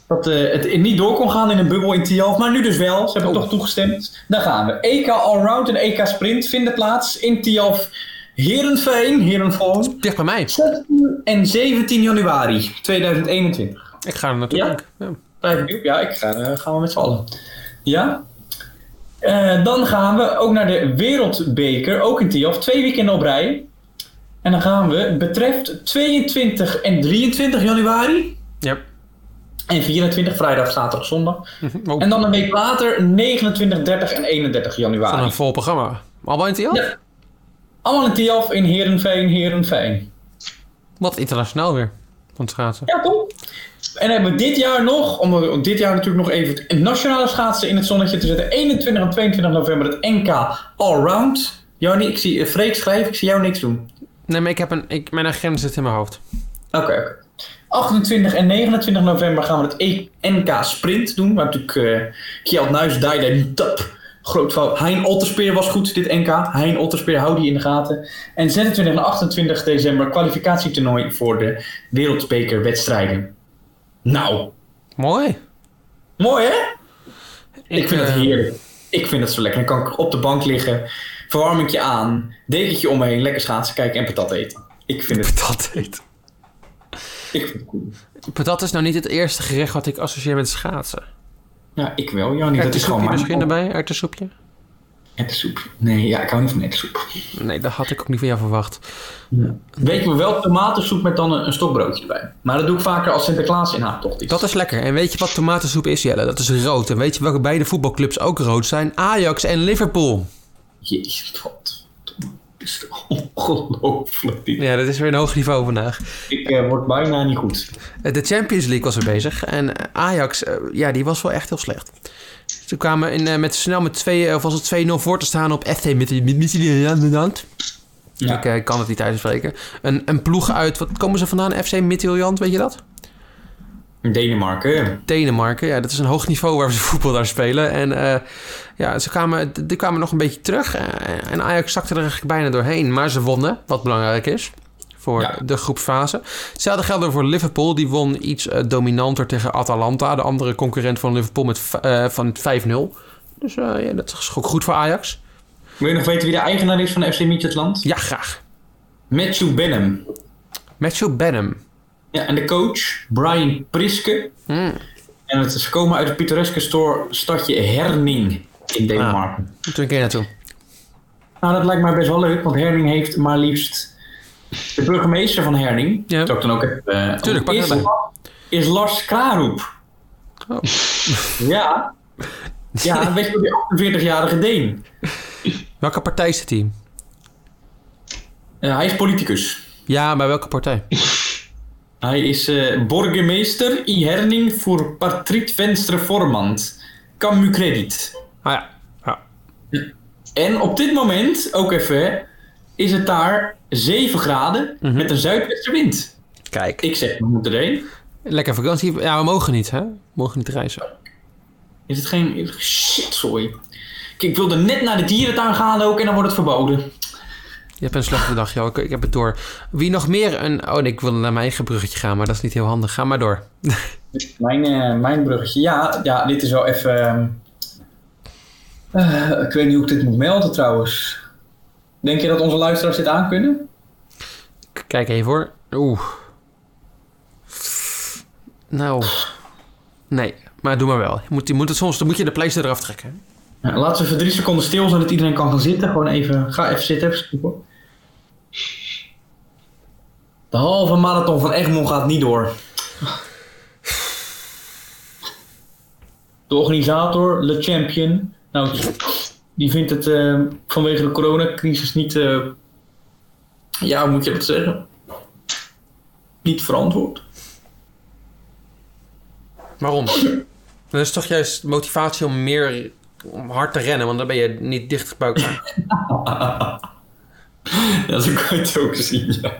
Speaker 2: dat eh, het niet door kon gaan in een bubbel in Tialf. Maar nu dus wel, ze hebben
Speaker 1: Oh.
Speaker 2: toch toegestemd. Daar gaan we. EK Allround en EK Sprint vinden plaats in Tialf Herenveen, Herenveen.
Speaker 1: Dicht bij mij.
Speaker 2: 16 en 17 januari 2021.
Speaker 1: Ik ga er naartoe.
Speaker 2: Ja?
Speaker 1: dank. Ja.
Speaker 2: Blijf benieuwd. Ja, ik ga, eh, gaan we met z'n allen. Ja? Eh, dan gaan we ook naar de Wereldbeker, ook in Tiaf, twee weekenden op rij. En dan gaan we, betreft 22 en 23 januari.
Speaker 1: Ja.
Speaker 2: En 24, vrijdag, zaterdag, zondag.
Speaker 1: Mhm. Oh,
Speaker 2: En dan een week later, 29, 30 en 31
Speaker 1: van
Speaker 2: januari.
Speaker 1: een vol programma. Al in TL?
Speaker 2: Ja. Allemaal in Tiaf, in Herenveen, Herenveen.
Speaker 1: Wat internationaal weer. Van het schaatsen.
Speaker 2: Ja, toch? En dan hebben we dit jaar nog, om dit jaar natuurlijk nog even het nationale schaatsen in het zonnetje te zetten. 21 en 22 november het NK Allround. Jannie, ik zie eh, Freek schrijven, ik zie jou niks doen.
Speaker 1: Nee, maar ik heb een, ik, mijn agenda zit in mijn hoofd.
Speaker 2: Oké, oké. 28 en 29 november gaan we het E- NK Sprint doen. Waar natuurlijk eh Kjeld Nuis, Dijden, Tap. Groot fout. Hein Otterspeer was goed dit NK. Hein Otterspeer, hou die in de gaten. En 26 en 28 december kwalificatietoernooi voor de wereldbekerwedstrijden. Nou,
Speaker 1: Mooi.
Speaker 2: mooi hè? Ik vind het
Speaker 1: eh,
Speaker 2: heerlijk. Ik vind het zo lekker. Dan kan ik op de bank liggen, verwarmingje aan, dekentje om me heen, lekker schaatsen kijken en patat eten. Ik vind het,
Speaker 1: Patat eten.
Speaker 2: ik vind het cool.
Speaker 1: Patat is nou niet het eerste gerecht wat ik associeer met schaatsen.
Speaker 2: Ja, ik wel, Jannie. Dat is gewoon
Speaker 1: Erwtensoepje
Speaker 2: maar.
Speaker 1: misschien erbij? Erwtensoepje?
Speaker 2: Erwtensoep. Nee, ja, ik hou niet van erwtensoep.
Speaker 1: Nee, dat had ik ook niet van jou verwacht.
Speaker 2: Weet je wel, tomatensoep met dan een, een stokbroodje erbij. Maar dat doe ik vaker als Sinterklaas in haaktocht is.
Speaker 1: Dat is lekker. En weet je wat tomatensoep is, Jelle? Dat is rood. En weet je welke beide voetbalclubs ook rood zijn? Ajax en Liverpool.
Speaker 2: Jezus, god. is ongelooflijk. dit.
Speaker 1: Ja, dat is weer een hoog niveau vandaag.
Speaker 2: Ik eh, word bijna niet goed.
Speaker 1: Eh, De Champions League was er bezig. En eh, Ajax, eh, ja, die was wel echt heel slecht. Ze kwamen in, eh, met, snel met 2, of was het 2-0 voor te staan op FC Midtjylland.
Speaker 2: Ja.
Speaker 1: Ik eh, kan het niet uitspreken. Een, een ploeg uit, wat komen ze vandaan? FC Midtjylland, weet je dat?
Speaker 2: Denemarken.
Speaker 1: Denemarken. Ja, dat is een hoog niveau waar ze voetbal daar spelen. En eh, ja, ze kwamen, d- die kwamen nog een beetje terug. eh, en Ajax zakte er eigenlijk bijna doorheen. Maar ze wonnen, wat belangrijk is voor
Speaker 2: Ja.
Speaker 1: de groepsfase. Hetzelfde geldt voor Liverpool. Die won iets eh, dominanter tegen Atalanta. De andere concurrent van Liverpool met v- eh, van 5-0. Dus eh, ja, dat is ook goed voor Ajax.
Speaker 2: Wil je nog weten wie de eigenaar is van FC Midtjylland?
Speaker 1: Ja, graag.
Speaker 2: Matthew Benham.
Speaker 1: Matthew Benham.
Speaker 2: Ja, en de coach, Brian Priske.
Speaker 1: Hmm.
Speaker 2: En het, ze komen uit het pittoreske store, stadje Herning in Denemarken.
Speaker 1: Moet er een keer naartoe. Ah.
Speaker 2: Nou, dat lijkt mij best wel leuk, want Herning heeft maar liefst de burgemeester van Herning.
Speaker 1: Ja.
Speaker 2: Dat ik dan ook heb. eh,
Speaker 1: Tuurlijk, pak
Speaker 2: is,
Speaker 1: het erbij.
Speaker 2: is Lars Kraroep.
Speaker 1: Oh.
Speaker 2: Ja. Ja, weet je wel, die 48-jarige Deen.
Speaker 1: Welke partij zit hij?
Speaker 2: Eh, hij is politicus.
Speaker 1: Ja, bij welke partij?
Speaker 2: Hij is eh burgemeester in Herning voor Patrick Venstre Formand. Camu Credit.
Speaker 1: Ah ja. ja.
Speaker 2: En op dit moment, ook even, hè, is het daar 7 graden met een zuidwestenwind.
Speaker 1: Kijk.
Speaker 2: Ik zeg, we moeten erheen.
Speaker 1: Lekker vakantie. Ja, we mogen niet, hè? We mogen niet reizen.
Speaker 2: Is het geen... is- Shit, sorry. Kijk, ik wilde net naar de dierentuin gaan ook en dan wordt het verboden.
Speaker 1: Je hebt een slechte dag, joh. Ik, ik heb het door. Wie nog meer een... Oh, nee, ik wilde naar mijn eigen bruggetje gaan, maar dat is niet heel handig. Ga maar door.
Speaker 2: Mijn, eh, mijn bruggetje. Ja, ja, dit is wel even... ehm, eh, ik weet niet hoe ik dit moet melden trouwens. Denk je dat onze luisteraars dit aankunnen?
Speaker 1: K- Kijk even, hoor. Oeh. Nou. Nee, maar doe maar wel. Je moet, je moet het soms... Dan moet je de pleister eraf trekken.
Speaker 2: Ja, Nou, laten we even drie seconden stil zijn dat iedereen kan gaan zitten. Gewoon even, ga even zitten, even stoppen. De halve marathon van Egmond gaat niet door. De organisator, Le Champion, nou, die vindt het eh, vanwege de coronacrisis niet, eh, ja, hoe moet je dat zeggen? Niet verantwoord.
Speaker 1: Waarom? Dat is toch juist motivatie om meer... Om hard te rennen, want dan ben je niet dichtgebuikt.
Speaker 2: Ja, zo kan je het ook zien, ja.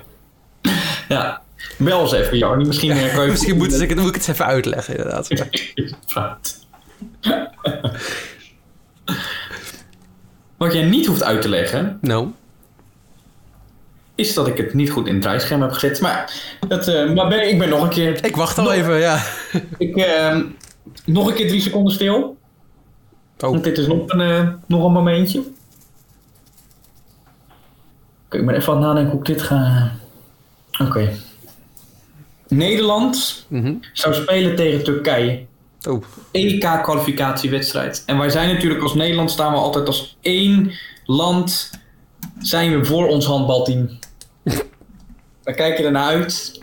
Speaker 2: Ja, bel eens even, Jarnie. Misschien eh, kan je...
Speaker 1: Misschien moet, ik het, moet ik het even uitleggen, inderdaad.
Speaker 2: Praat. Wat jij niet hoeft uit te leggen,
Speaker 1: Nou,
Speaker 2: is dat ik het niet goed in het draaischerm heb gezet. Maar, dat, eh, maar ben, ik ben nog een keer.
Speaker 1: ik wacht al even, ja.
Speaker 2: Ik, eh, nog een keer drie seconden stil.
Speaker 1: Oh.
Speaker 2: Want dit is nog een, eh, nog een momentje. Oké, ik ben even aan het nadenken hoe ik dit ga. Oké. Nederland
Speaker 1: Mhm.
Speaker 2: zou spelen tegen Turkije.
Speaker 1: Oh,
Speaker 2: EK-kwalificatiewedstrijd. En wij zijn natuurlijk als Nederland staan we altijd als één land zijn we voor ons handbalteam. we kijken ernaar uit.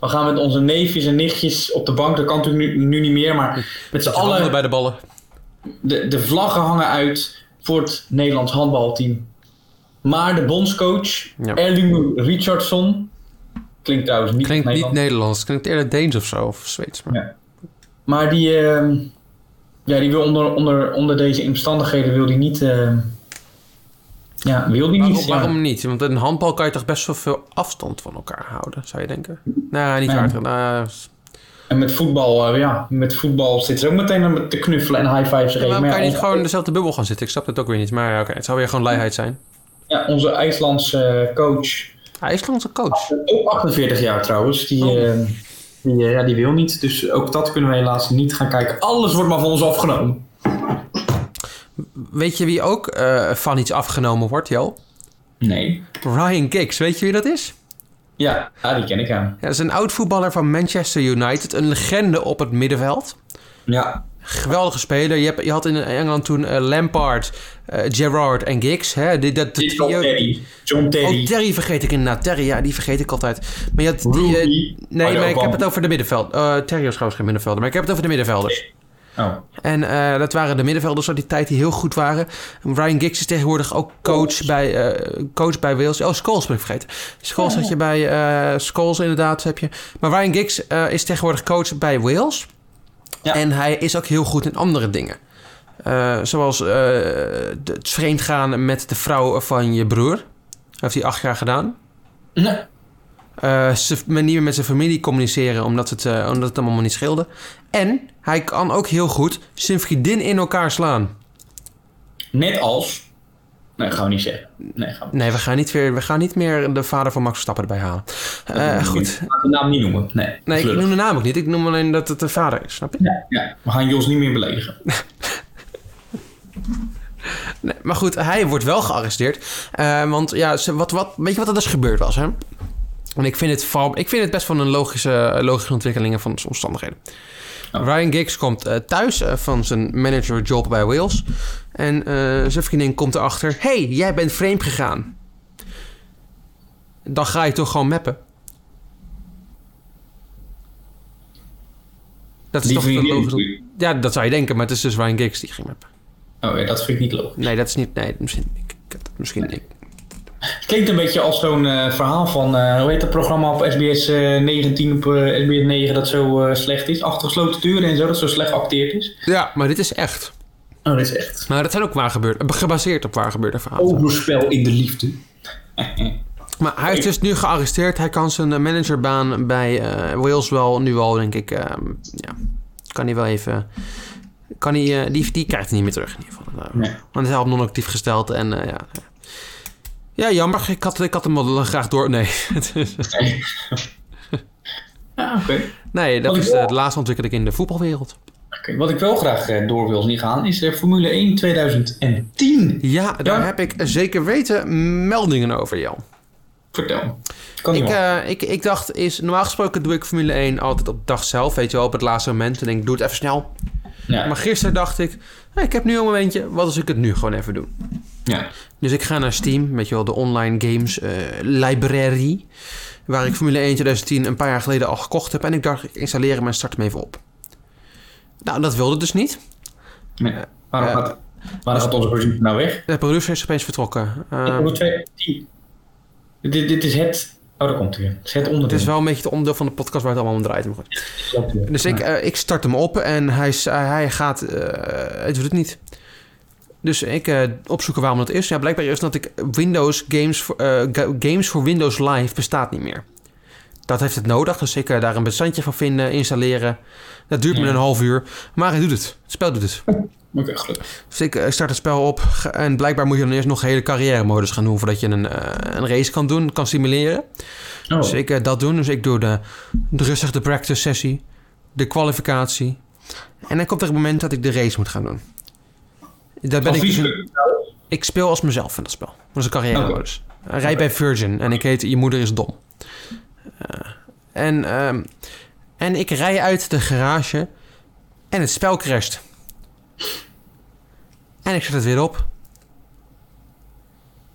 Speaker 2: We gaan met onze neefjes en nichtjes op de bank. Dat kan natuurlijk nu, nu niet meer,
Speaker 1: Hm.
Speaker 2: maar met z'n
Speaker 1: alle
Speaker 2: allen
Speaker 1: bij de ballen.
Speaker 2: de, de vlaggen hangen uit voor het Nederlands handbalteam. Maar de bondscoach,
Speaker 1: Ja.
Speaker 2: Erling Richardson, klinkt trouwens niet
Speaker 1: Klinkt niet
Speaker 2: Nederlands.
Speaker 1: Nederlands, klinkt eerder Deens of zo, of Zweeds. Maar...
Speaker 2: Ja. Maar die, ehm, ja, die wil onder, onder, onder deze omstandigheden wil die niet. ehm, ja, wil die
Speaker 1: Waarom,
Speaker 2: niet. ja.
Speaker 1: waarom niet? Want in handbal kan je toch best wel veel afstand van elkaar houden, zou je denken? Nou, niet
Speaker 2: Nee.
Speaker 1: waar. Nou, s-
Speaker 2: En met voetbal, eh, ja, met voetbal zit ze ook meteen aan te knuffelen en high fives te geven.
Speaker 1: waarom
Speaker 2: Maar
Speaker 1: kan je
Speaker 2: ja,
Speaker 1: niet
Speaker 2: onze-
Speaker 1: gewoon in dezelfde bubbel gaan zitten? Ik snap het ook weer niet. Maar ja, oké, het zou weer gewoon luiheid zijn.
Speaker 2: ja, onze IJslandse eh, coach,
Speaker 1: IJslandse coach.
Speaker 2: ook 48 jaar trouwens, die,
Speaker 1: Oh.
Speaker 2: ehm, die, eh, ja, die wil niet. Dus ook dat kunnen we helaas niet gaan kijken. Alles wordt maar van ons afgenomen.
Speaker 1: Weet je wie ook eh, van iets afgenomen wordt, Jel?
Speaker 2: Nee.
Speaker 1: Ryan Giggs. Weet je wie dat is?
Speaker 2: Ja, ja, die ken ik aan.
Speaker 1: Ja, dat is een oud voetballer van Manchester United. Een legende op het middenveld.
Speaker 2: Ja,
Speaker 1: Geweldige speler. Je, hebt, je had in Engeland toen eh, Lampard, eh, Gerrard en Giggs. Hè? Die, dat, dat
Speaker 2: dit is wel
Speaker 1: trio-
Speaker 2: Terry. John
Speaker 1: Oh,
Speaker 2: Terry.
Speaker 1: Terry vergeet ik inderdaad. Terry, ja, die vergeet ik altijd. Maar je had die... eh,
Speaker 2: Rooney.
Speaker 1: nee,
Speaker 2: Oh,
Speaker 1: maar
Speaker 2: daar
Speaker 1: ik heb
Speaker 2: kwam-
Speaker 1: het over de middenveld. eh Terry was trouwens geen middenvelder, maar ik heb het over de middenvelders.
Speaker 2: Oh.
Speaker 1: En eh, dat waren de middenvelders uit die tijd die heel goed waren. Ryan Giggs is tegenwoordig ook coach bij, eh, coach bij Wales. Oh, Scholes ben ik vergeten. Scholes had je bij eh Scholes inderdaad. Heb je. Maar Ryan Giggs eh, is tegenwoordig coach bij Wales.
Speaker 2: Ja.
Speaker 1: En hij is ook heel goed in andere dingen. Eh, zoals eh, de- het vreemd gaan met de vrouw van je broer. Dat heeft hij acht jaar gedaan.
Speaker 2: Nee.
Speaker 1: Eh, ze maar niet meer met zijn familie communiceren omdat het, eh, omdat het hem allemaal niet scheelde. En hij kan ook heel goed zijn vriendin in elkaar slaan.
Speaker 2: Net als. Nee, gaan we niet zeggen. Nee, gaan we
Speaker 1: Nee, we gaan niet, weer, we gaan niet meer de vader van Max Verstappen erbij halen. Eh,
Speaker 2: niet.
Speaker 1: goed.
Speaker 2: Ik ga de naam niet noemen. Nee,
Speaker 1: Nee, ik
Speaker 2: sleur.
Speaker 1: noem de naam ook niet. Ik noem alleen dat het de vader is, snap je?
Speaker 2: Ja, ja, we gaan Jos niet meer beledigen.
Speaker 1: Nee, maar goed, hij wordt wel gearresteerd. Eh, want ja, ze, wat, wat, weet je wat er dus gebeurd was, hè? En ik vind het, vooral- ik vind het best wel een logische, eh, logische ontwikkelingen van de omstandigheden.
Speaker 2: Oh.
Speaker 1: Ryan Giggs komt eh, thuis eh, van zijn managerjob bij Wales. En eh, zijn vriendin komt erachter. hey, jij bent vreemd gegaan. Dan ga je toch gewoon mappen? Dat is
Speaker 2: Die
Speaker 1: toch een
Speaker 2: vriendin.
Speaker 1: logische... Ja, dat zou je denken, maar het is dus Ryan Giggs die ging mappen.
Speaker 2: Oh ja, dat vind ik niet logisch.
Speaker 1: Nee, dat is niet. Nee, misschien. Ik, ik- misschien ik.
Speaker 2: Het klinkt een beetje als zo'n eh, verhaal van, eh, hoe heet dat programma op SBS eh, 19 op eh, SBS 9 dat zo eh, slecht is? Achter gesloten deuren en zo, dat zo slecht geacteerd is.
Speaker 1: Ja, maar dit is echt.
Speaker 2: Oh, dat is echt.
Speaker 1: Maar dat zijn ook waar gebeurd, gebaseerd op waar gebeurde verhalen.
Speaker 2: Overspel in de liefde.
Speaker 1: Maar hij is dus nu gearresteerd. Hij kan zijn eh, managerbaan bij eh, Wales wel nu al, denk ik. eh, ja, kan hij wel even. Kan hij, eh, die, die krijgt hij niet meer terug in ieder geval. Eh,
Speaker 2: Nee.
Speaker 1: Want hij is al op non-actief gesteld en eh, ja. Ja, jammer. Ik had, ik had hem wel eh, graag door. Nee, het is-
Speaker 2: Ja, oké.
Speaker 1: nee dat is eh, de laatste ontwikkeling in de voetbalwereld.
Speaker 2: Oké, Wat ik wel graag eh, door wil zien gaan is eh, Formule 1 2010.
Speaker 1: Ja, daar
Speaker 2: Ja.
Speaker 1: heb ik zeker weten meldingen over, Jan.
Speaker 2: Vertel. Kan niet
Speaker 1: Ik,
Speaker 2: wel.
Speaker 1: eh, ik, ik dacht, is, normaal gesproken doe ik Formule 1 altijd op de dag zelf, weet je wel, op het laatste moment. En denk ik, doe het even snel.
Speaker 2: ja.
Speaker 1: Maar gisteren dacht ik, hé, ik heb nu een momentje, wat als ik het nu gewoon even doe?
Speaker 2: ja.
Speaker 1: Dus ik ga naar Steam, weet je wel, de online games eh, library. Waar ik Formule 1 2010 een paar jaar geleden al gekocht heb. En ik dacht, ik installeer hem en start hem even op. Nou, dat wilde dus niet.
Speaker 2: Nee. Waarom,
Speaker 1: eh,
Speaker 2: gaat, waarom gaat onze producer nou weg?
Speaker 1: De producer is opeens vertrokken. Eh,
Speaker 2: Ik hoor 2010. Dit, dit is het... Oh, daar komt hij weer. Het is het
Speaker 1: het
Speaker 2: onderdeel.
Speaker 1: is wel een beetje het onderdeel van de podcast waar het allemaal om draait. Maar goed.
Speaker 2: Klopt, ja.
Speaker 1: Dus ik, eh, ik start hem op en hij, s- eh, hij gaat... eh, het doet het niet. Dus ik eh, opzoeken waarom dat is. Ja, blijkbaar is dat ik Windows Games voor, eh, ga- games voor Windows Live bestaat niet meer. Dat heeft het nodig, dus ik eh, daar een bestandje van vinden, installeren. Dat duurt me
Speaker 2: Ja.
Speaker 1: een half uur, maar hij doet het. Het spel doet het.
Speaker 2: Oké, gelukkig.
Speaker 1: Dus ik eh, start het spel op ge- en blijkbaar moet je dan eerst nog hele carrière-modus gaan doen... voordat je een, eh, een race kan doen, kan simuleren.
Speaker 2: Oh.
Speaker 1: Dus ik eh, dat doen. Dus ik doe de, de rustig de practice sessie, de kwalificatie. En dan komt er een moment dat ik de race moet gaan doen. Daar ben ik, dus een- ik speel als mezelf in dat spel. Dat is een carrière modus. Rij bij Virgin en ik heet Je moeder is dom. Eh, en, ehm, en ik rij uit de garage en het spel crasht. En ik zet het weer op.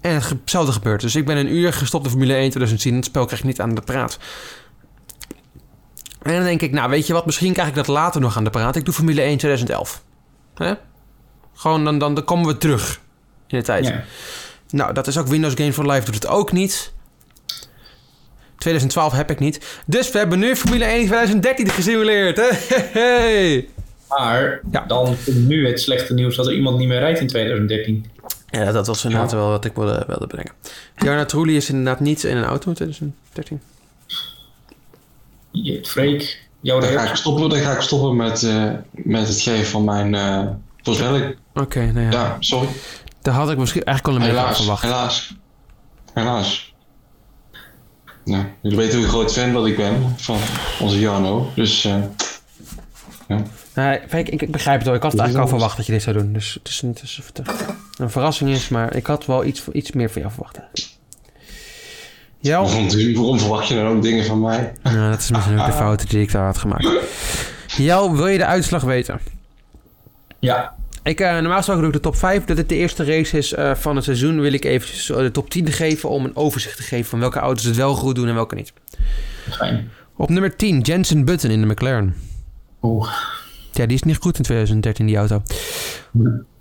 Speaker 1: En het ge- hetzelfde gebeurt. Dus ik ben een uur gestopt in Formule 1 2010. Het spel krijg ik niet aan de praat. En dan denk ik, nou weet je wat, misschien krijg ik dat later nog aan de praat. Ik doe Formule 1 2011. Hè? Gewoon, dan, dan, dan komen we terug in de tijd.
Speaker 2: Ja.
Speaker 1: Nou, dat is ook Windows Game for Life doet het ook niet. 2012 heb ik niet. Dus we hebben nu Formule 1 2013 gesimuleerd. hè? Hey.
Speaker 2: Maar
Speaker 1: Ja.
Speaker 2: dan komt nu het slechte nieuws dat er iemand niet meer rijdt in 2013.
Speaker 1: Ja, dat was inderdaad wel wat ik wilde, wilde brengen. Jarna Trulli is inderdaad niet in een auto in 2013.
Speaker 2: Je- Freek, jouw
Speaker 3: Dan
Speaker 2: reactie?
Speaker 3: ga ik stoppen, dan ga ik stoppen met, eh, met het geven van mijn eh voorspelling.
Speaker 1: Oké, nou ja.
Speaker 3: Ja, sorry.
Speaker 1: Daar had ik misschien eigenlijk al een beetje aan
Speaker 3: Helaas,
Speaker 1: verwacht.
Speaker 3: helaas. Helaas. Nou, jullie weten hoe groot fan dat ik ben van onze Jarno. Dus eh,
Speaker 1: Nee, kijk, ik, ik begrijp het wel. Ik had het
Speaker 3: Dit
Speaker 1: eigenlijk
Speaker 3: is
Speaker 1: al
Speaker 3: anders.
Speaker 1: verwacht dat je dit zou doen. Dus het is niet alsof het eh, een verrassing is. Maar ik had wel iets, iets meer van jou verwacht. Jel?
Speaker 3: waarom, waarom verwacht je dan ook dingen van mij?
Speaker 1: Nou, dat is misschien ook de fout die ik daar had gemaakt. Jou, wil je de uitslag weten?
Speaker 2: Ja,
Speaker 1: Ik, eh, normaal gesproken doe ik de top 5. Dat dit de eerste race is eh, van het seizoen, wil ik eventjes eh, de top 10 geven om een overzicht te geven van welke auto's het wel goed doen en welke niet.
Speaker 2: fijn.
Speaker 1: Op nummer 10, Jensen Button in de McLaren.
Speaker 2: Oeh,
Speaker 1: Ja, die is niet goed in 2013, die auto.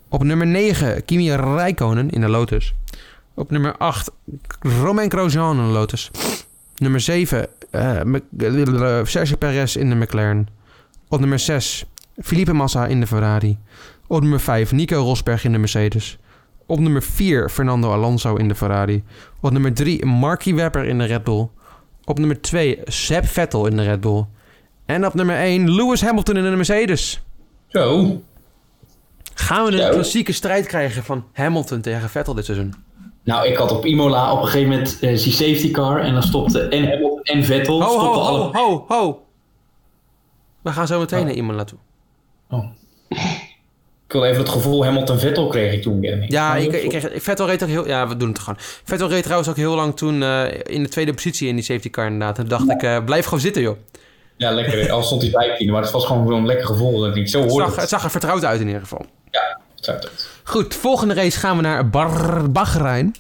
Speaker 1: Op nummer 9, Kimi Räikkönen in de Lotus. Op nummer 8, Romain Grosjean in de Lotus. Nummer 7, eh, Mc- eh, Sergio Perez in de McLaren. Op nummer 6, Felipe Massa in de Ferrari. Op nummer 5, Nico Rosberg in de Mercedes. Op nummer 4, Fernando Alonso in de Ferrari. Op nummer 3, Marky Webber in de Red Bull. Op nummer 2, Seb Vettel in de Red Bull. En op nummer 1, Lewis Hamilton in de Mercedes.
Speaker 2: Zo.
Speaker 1: Gaan we een
Speaker 2: Zo.
Speaker 1: klassieke strijd krijgen van Hamilton tegen Vettel dit seizoen?
Speaker 2: Nou, ik had op Imola op een gegeven moment eh die safety car en dan stopte en Hamilton en Vettel.
Speaker 1: Ho, ho,
Speaker 2: stopten
Speaker 1: ho,
Speaker 2: alle...
Speaker 1: ho, ho. We gaan zo meteen naar iemand naartoe.
Speaker 2: Oh. Ik wil even het gevoel Hamilton Vettel kreeg ik toen. ken ik.
Speaker 1: Ja,
Speaker 2: Maar
Speaker 1: ik,
Speaker 2: dat-
Speaker 1: ik, kreeg- Vettel reed ook heel... Ja, we doen het gewoon. Vettel reed trouwens ook heel lang toen eh, in de tweede positie in die safety car inderdaad. En dacht ik, eh, blijf gewoon zitten joh.
Speaker 2: ja lekker. Al stond hij 15, maar het was gewoon zo'n lekker gevoel. Dat ik denk, zo
Speaker 1: Het
Speaker 2: hoor
Speaker 1: zag,
Speaker 2: het.
Speaker 1: het zag er vertrouwd uit in ieder geval.
Speaker 2: Ja, het zag het.
Speaker 1: Goed, volgende race gaan we naar Bar Bahrein.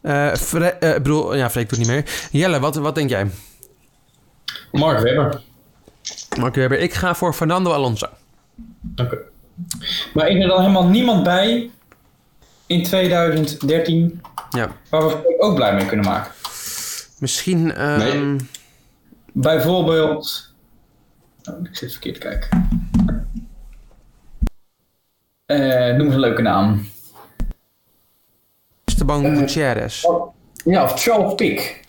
Speaker 1: Eh, Fre- eh, ik bedoel, ja, Freek doet niet meer. Jelle, wat, wat denk jij?
Speaker 2: Mark Webber.
Speaker 1: Mark Webber, ik ga voor Fernando Alonso.
Speaker 2: Oké. Maar is er dan helemaal niemand bij in 2013
Speaker 1: Ja,
Speaker 2: waar we ook blij mee kunnen maken?
Speaker 1: misschien... ehm,
Speaker 2: Bijvoorbeeld. Oh, ik zit verkeerd te kijken. Eh, noem eens een leuke naam.
Speaker 1: Esteban Gutierrez.
Speaker 2: Ja, of Charles Pick.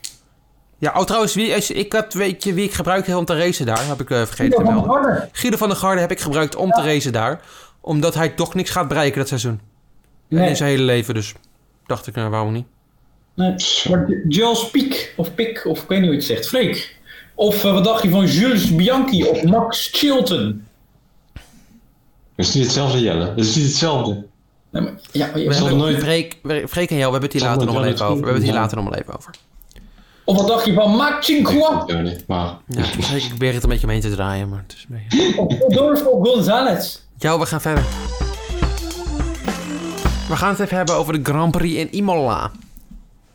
Speaker 1: Ja, oh, trouwens, wie, is- ik had, weet je wie ik gebruikte om te racen daar? Heb ik eh, vergeten te melden.
Speaker 2: Ja,
Speaker 1: Guido van der Garde heb ik gebruikt om te racen daar. Omdat hij toch niks gaat bereiken dat seizoen. En in
Speaker 2: nee,
Speaker 1: zijn hele leven dus. Dacht ik, nou waarom niet?
Speaker 2: nee. Maar J- Charles Pick, of Pick, of ik weet niet hoe je het zegt. Freek. Of eh, wat dacht je van Jules Bianchi of Max Chilton?
Speaker 3: Het is niet hetzelfde, Jelle. Het is niet hetzelfde.
Speaker 2: Nee, maar, ja, maar je-
Speaker 1: We
Speaker 3: zal
Speaker 1: hebben,
Speaker 3: nooit-
Speaker 1: Freek, we- Freek en jou, we hebben het hier
Speaker 3: Zal
Speaker 1: later nog wel
Speaker 3: nooit
Speaker 1: even
Speaker 3: wel het
Speaker 1: over. We hebben het hier
Speaker 3: doen,
Speaker 1: later nog wel even over.
Speaker 2: Of wat dacht je van Martin Kwa
Speaker 3: Ja, nee, maar...
Speaker 1: Ja, Freek, ik probeer het een beetje omheen te draaien, maar het is een beetje...
Speaker 2: of Rodolfo González?
Speaker 1: Jou, we gaan verder. We gaan het even hebben over de Grand Prix in Imola.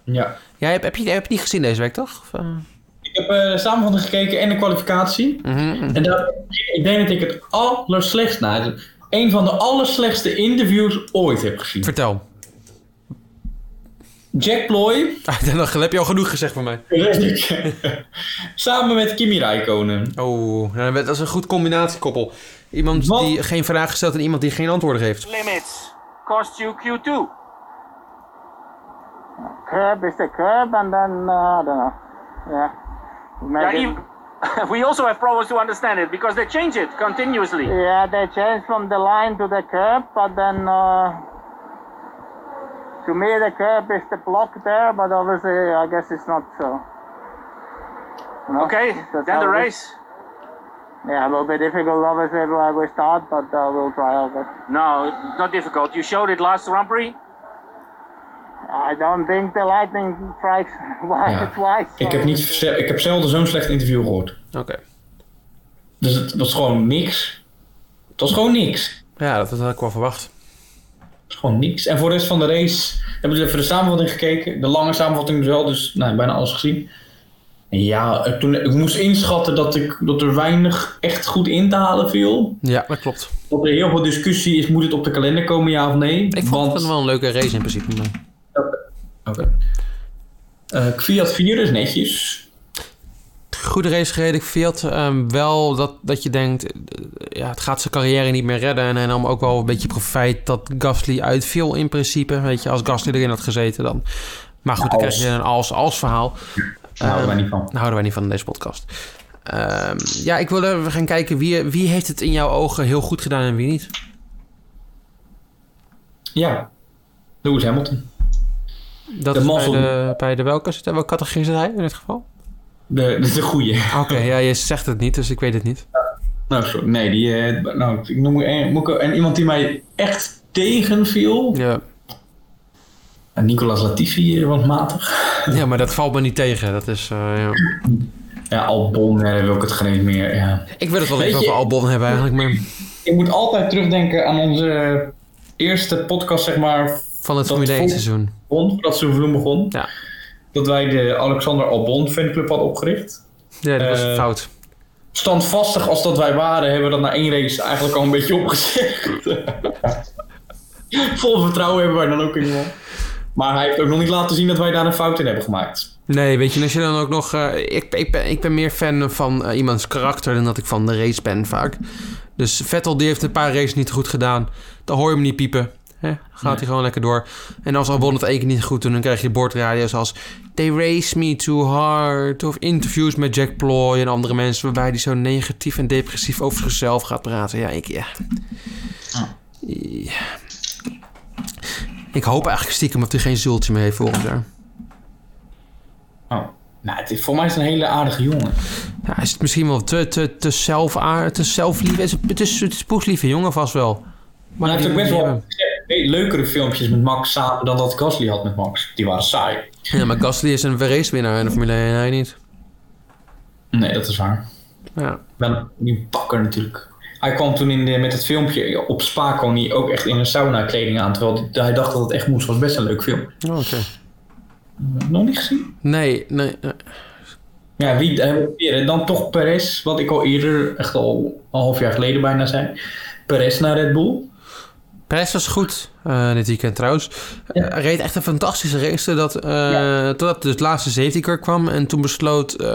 Speaker 2: Ja.
Speaker 1: Jij hebt, heb, je, heb je niet gezien deze week, toch? Of, eh?
Speaker 2: Ik heb eh, de samenvatting gekeken en de kwalificatie.
Speaker 1: Mhm.
Speaker 2: En daar, ik denk dat ik het allerslechtst na. Een van de allerslechtste interviews ooit heb gezien.
Speaker 1: Vertel.
Speaker 2: Jack Ploy.
Speaker 1: Dan heb je al genoeg gezegd van mij.
Speaker 2: Samen met Kimi Räikkönen.
Speaker 1: Oh, nou, dat is een goed combinatiekoppel. Iemand
Speaker 2: Wat?
Speaker 1: die geen vragen stelt en iemand die geen antwoorden geeft.
Speaker 4: limits cost you Q2. Curb is the curb, and then uh, I don't know. Yeah.
Speaker 5: we also have problems to understand it because they change it continuously.
Speaker 4: yeah, they change from the line to the curb, but then uh, to me the curb is the block there, but obviously I guess it's not so. No,
Speaker 5: Okay,
Speaker 4: that's
Speaker 5: then
Speaker 4: how
Speaker 5: the
Speaker 4: it is.
Speaker 5: race.
Speaker 4: Yeah, it will be difficult obviously where we start, but uh, we'll try our best.
Speaker 5: No, it's not difficult. You showed it last Grand Prix.
Speaker 4: I don't think the lightning strikes why
Speaker 2: Ja.
Speaker 4: twice.
Speaker 2: Ik heb, niet, ze- ik heb zelden zo'n slecht interview gehoord.
Speaker 1: Oké.
Speaker 2: Dus het was gewoon niks. Het was gewoon niks.
Speaker 1: Ja, dat, dat had ik wel verwacht.
Speaker 2: Het was gewoon niks. En voor de rest van de race heb ik even de samenvatting gekeken. De lange samenvatting dus wel, dus nou, bijna alles gezien. En ja, eh, toen ik moest inschatten dat, ik, dat er weinig echt goed in te halen viel.
Speaker 1: Ja, dat klopt.
Speaker 2: Dat er heel veel discussie is, moet het op de kalender komen, ja of nee?
Speaker 1: Ik vond het wel een leuke race in principe. maar-
Speaker 2: Oké. Eh, Fiat 4 is netjes.
Speaker 1: Goede race gereden. Ik vind ehm, wel dat, dat je denkt, eh, ja, het gaat zijn carrière niet meer redden. En hij nam ook wel een beetje profijt dat Gasly uitviel in principe. Weet je, als Gasly erin had gezeten dan. Maar goed, dan
Speaker 2: Als.
Speaker 1: krijg je een als-als verhaal.
Speaker 2: Daar houden wij niet van.
Speaker 1: Daar houden wij niet van in deze podcast. Ehm, ja, ik wil even gaan kijken wie, wie heeft het in jouw ogen heel goed gedaan en wie niet.
Speaker 2: Ja, Lewis Hamilton.
Speaker 1: Dat
Speaker 2: De
Speaker 1: is bij
Speaker 2: mazzel.
Speaker 1: de, bij de welke, zit- welke categorie zit hij in dit geval?
Speaker 2: De, de, de goeie.
Speaker 1: Oké, ja, je zegt het niet, dus ik weet het niet.
Speaker 2: Nou, sorry. Nee, die, eh, nou, ik noem er een, moet ik er- en iemand die mij echt tegenviel.
Speaker 1: Ja.
Speaker 2: En Nicolas Latifi eh, was matig.
Speaker 1: ja, maar dat valt me niet tegen. Dat is, eh, ja.
Speaker 2: Ja, Albon, ja, daar wil ik het geen eens meer. Ja.
Speaker 1: Ik wil het wel
Speaker 2: Weet
Speaker 1: even
Speaker 2: je-
Speaker 1: over Albon hebben eigenlijk, maar
Speaker 2: Ik moet altijd terugdenken aan onze eerste podcast, zeg maar,
Speaker 1: van het
Speaker 2: Dat
Speaker 1: Formule 1
Speaker 2: vond-
Speaker 1: seizoen.
Speaker 2: rond voordat ze vloem begon.
Speaker 1: Ja.
Speaker 2: Dat wij de Alexander Albon fanclub hadden opgericht.
Speaker 1: Ja, dat was
Speaker 2: Eh,
Speaker 1: fout.
Speaker 2: standvastig als dat wij waren, hebben we dat na één race eigenlijk al een beetje opgezegd. Vol vertrouwen hebben wij dan ook in iemand. Maar hij heeft ook nog niet laten zien dat wij daar een fout in hebben gemaakt.
Speaker 1: Nee, weet je, en als je dan ook nog... eh, ik, ik, ben, ik ben meer fan van eh, iemands karakter dan dat ik van de race ben vaak. Dus Vettel die heeft een paar races niet goed gedaan. Dan hoor je hem niet piepen. Hè? Gaat hij gewoon lekker door. En als Albon het één keer niet goed doet, dan krijg je bordradio's als... They race me too hard. Of interviews met Jack Ploy en andere mensen... waarbij hij zo negatief en depressief over zichzelf gaat praten. Ja, ik... Ja. Ja. Ik hoop eigenlijk stiekem dat hij geen zultje meer heeft volgend jaar.
Speaker 2: Oh. Nou, het is, voor mij is het een hele aardige jongen.
Speaker 1: Ja, hij is het misschien wel te, te, te, zelfaar, te zelflief. Het is, het is, het is poeslieve jongen vast wel.
Speaker 2: Maar hij heeft ook best
Speaker 1: die-
Speaker 2: wel eh, leukere filmpjes met Max samen dan dat Gasly had met Max. Die waren saai.
Speaker 1: Ja, maar Gasly is een racewinnaar in de Formule 1 en hij niet.
Speaker 2: Nee, dat is waar.
Speaker 1: Ja.
Speaker 2: Wel een bakker natuurlijk. Hij kwam toen in de, met het filmpje op Spa kwam hij ook echt in een sauna kleding aan. Terwijl hij dacht dat het echt moest. was best een leuk film.
Speaker 1: Oh, Oké.
Speaker 2: Nog niet gezien?
Speaker 1: Nee, nee. eh, nee.
Speaker 2: Ja, wie eh, weer, hè? dan toch Perez. Wat ik al eerder, echt al een half jaar geleden bijna zei. Perez naar Red Bull.
Speaker 1: Perez was goed eh, dit weekend trouwens. Eh, Hij reed echt een fantastische race. Dat, eh, Totdat de laatste safety car kwam. En toen besloot eh,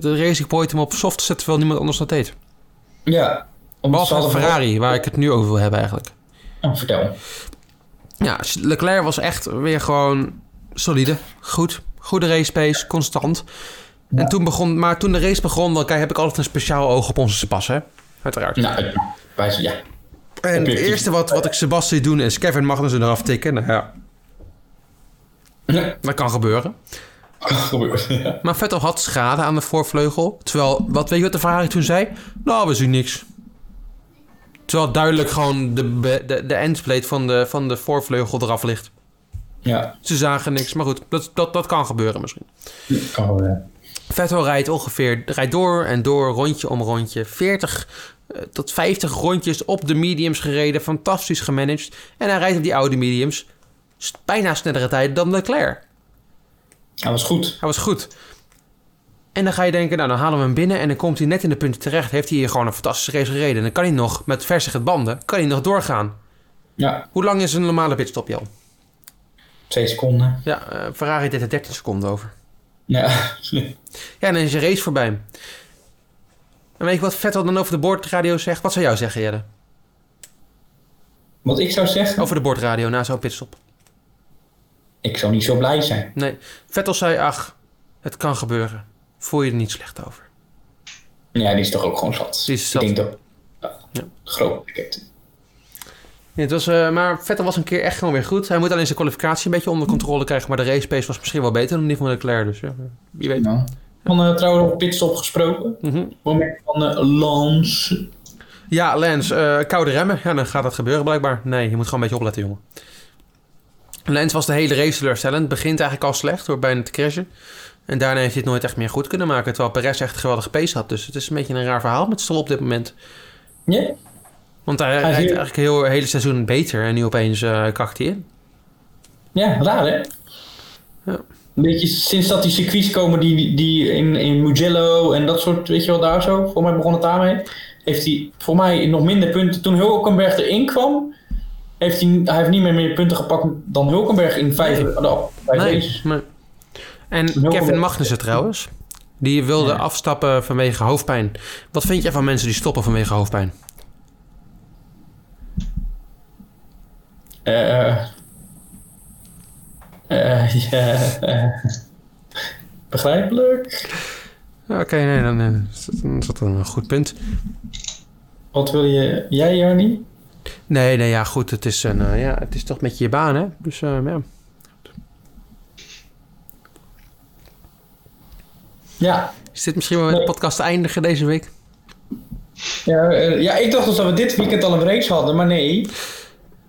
Speaker 1: de Racing Point hem op soft te zetten. Terwijl niemand anders dat deed.
Speaker 2: Ja. Omdat ze
Speaker 1: Behalve
Speaker 2: hadden
Speaker 1: Ferrari, waar ik het nu over wil hebben eigenlijk.
Speaker 2: Oh, vertel.
Speaker 1: Ja, Leclerc was echt weer gewoon solide. Goed. Goede race pace, constant. En toen begon, maar toen de race begon, dan kijk, heb ik altijd een speciaal oog op onze Sebas, hè? Uiteraard.
Speaker 2: Nou, eh, wij, ja.
Speaker 1: en het
Speaker 2: objectief.
Speaker 1: eerste wat, wat ik Sebas zie doen is Kevin Magnussen eraf tikken. Nou ja, dat kan gebeuren.
Speaker 2: ja.
Speaker 1: Maar Vettel had schade aan de voorvleugel. Terwijl, wat weet je wat de Ferrari toen zei? Nou, we zien niks. Terwijl duidelijk gewoon de, be- de, de endplate van de, van de voorvleugel eraf ligt.
Speaker 2: Ja.
Speaker 1: Ze zagen niks, maar goed, dat, dat, dat kan gebeuren misschien.
Speaker 2: Oh, ja.
Speaker 1: Vettel rijdt ongeveer rijdt door en door, rondje om rondje. 40 eh, tot 50 rondjes op de mediums gereden, fantastisch gemanaged. En hij rijdt op die oude mediums s- bijna snellere tijd dan Leclerc.
Speaker 2: Hij was goed.
Speaker 1: Hij was goed. En dan ga je denken, nou dan halen we hem binnen en dan komt hij net in de punten terecht. Heeft hij hier gewoon een fantastische race gereden. En dan kan hij nog, met versige banden, kan hij nog doorgaan.
Speaker 2: Ja.
Speaker 1: Hoe lang is een normale pitstop, Jan?
Speaker 2: Twee seconden.
Speaker 1: Ja, eh, Ferrari deed er 13 seconden over.
Speaker 2: Ja.
Speaker 1: Ja, en dan is je race voorbij. En weet je wat Vettel dan over de boordradio zegt? Wat zou jou zeggen, Jelle?
Speaker 2: Wat ik zou zeggen.
Speaker 1: Over de boordradio na zo'n pitstop.
Speaker 2: Ik zou niet zo blij zijn.
Speaker 1: Nee, Vettel zei, ach, het kan gebeuren. Voel je er niet slecht over.
Speaker 2: Ja, die is toch ook gewoon zat.
Speaker 1: Die is zat.
Speaker 2: Ik denk dat. Ja. Groot pakket.
Speaker 1: Ja, het was, eh, maar Vettel was een keer echt gewoon weer goed. Hij moet alleen zijn kwalificatie een beetje onder controle krijgen. Maar de race pace was misschien wel beter dan die van Leclerc. Dus ja, wie weet.
Speaker 2: Nou. Van eh, trouwens op pitstop gesproken.
Speaker 1: Mhm.
Speaker 2: Moment van eh, Lance.
Speaker 1: Ja, Lens, eh, koude remmen. Ja, dan gaat dat gebeuren blijkbaar. Nee, je moet gewoon een beetje opletten, jongen. Lens was de hele race teleurstellend. Begint eigenlijk al slecht door bijna te crashen. En daarna heeft hij het nooit echt meer goed kunnen maken. Terwijl Perez echt een geweldige pace had. Dus het is een beetje een raar verhaal met Stroll op dit moment.
Speaker 2: Ja?
Speaker 1: Want hij,
Speaker 2: zie
Speaker 1: rijdt
Speaker 2: je.
Speaker 1: eigenlijk heel hele seizoen beter. En nu opeens eh kakt hij in.
Speaker 2: Ja, raar hè?
Speaker 1: Ja.
Speaker 2: Weet je, sinds dat die circuits komen die, die in, in Mugello en dat soort, weet je wel, daar zo. Voor mij begon het daarmee. Heeft hij voor mij nog minder punten. Toen Hulkenberg erin kwam, heeft hij, hij heeft niet meer meer punten gepakt dan Hulkenberg in vijf,
Speaker 1: Nee.
Speaker 2: nou, vijf races.
Speaker 1: Nee, maar... En
Speaker 2: Heel
Speaker 1: Kevin
Speaker 2: goed.
Speaker 1: Magnussen trouwens. Die wilde
Speaker 2: Ja.
Speaker 1: afstappen vanwege hoofdpijn. Wat vind je van mensen die stoppen vanwege hoofdpijn?
Speaker 2: Eh, eh, ja, eh, begrijpelijk.
Speaker 1: Oké, nee, dan eh, is dat- dan is dat een goed punt.
Speaker 2: Wat wil je? Jij, Jarnie?
Speaker 1: Nee, nee, ja, goed. Het is, een, eh, ja, het is toch met je baan, hè? Dus eh, ja.
Speaker 2: Ja.
Speaker 1: Is dit misschien wel met de podcast te eindigen deze week?
Speaker 2: Ja, eh, ja, ik dacht dus dat we dit weekend al een race hadden, maar nee.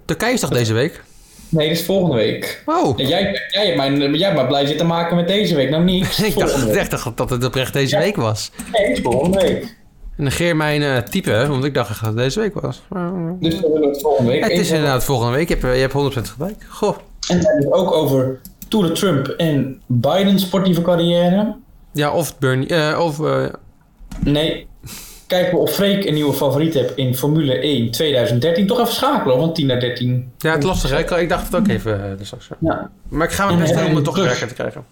Speaker 1: Turkije is toch deze week?
Speaker 2: Nee, dat is volgende week.
Speaker 1: Wow.
Speaker 2: Ja, Jij, jij, hebt mij, jij hebt mij blij zitten maken met deze week. Nou, niet.
Speaker 1: Ik
Speaker 2: Volgende
Speaker 1: dacht
Speaker 2: week.
Speaker 1: echt dat- dat het oprecht deze
Speaker 2: Ja.
Speaker 1: week was.
Speaker 2: Nee, volgende week.
Speaker 1: Negeer mijn eh, type, hè, want ik dacht echt dat het deze week was. Maar, eh,
Speaker 2: Dus dan willen we het volgende week.
Speaker 1: het is
Speaker 2: even-
Speaker 1: inderdaad volgende week. Je hebt, je hebt 100% gelijk. Goh.
Speaker 2: En dan hebben we het ook over Tour de Trump en Biden's sportieve carrière.
Speaker 1: Ja, of Bernie... eh, of, eh,
Speaker 2: Nee, kijken we of Freek een nieuwe favoriet hebt in Formule 1 2013. Toch even schakelen, hoor, van 10 naar 13.
Speaker 1: Ja, het is lastig. hè? Ik, ik dacht het ook even eh, dus straks. ja.
Speaker 2: Ja.
Speaker 1: Maar ik ga mijn best
Speaker 2: Ja,
Speaker 1: doen om het toch
Speaker 3: terug.
Speaker 1: werken te krijgen.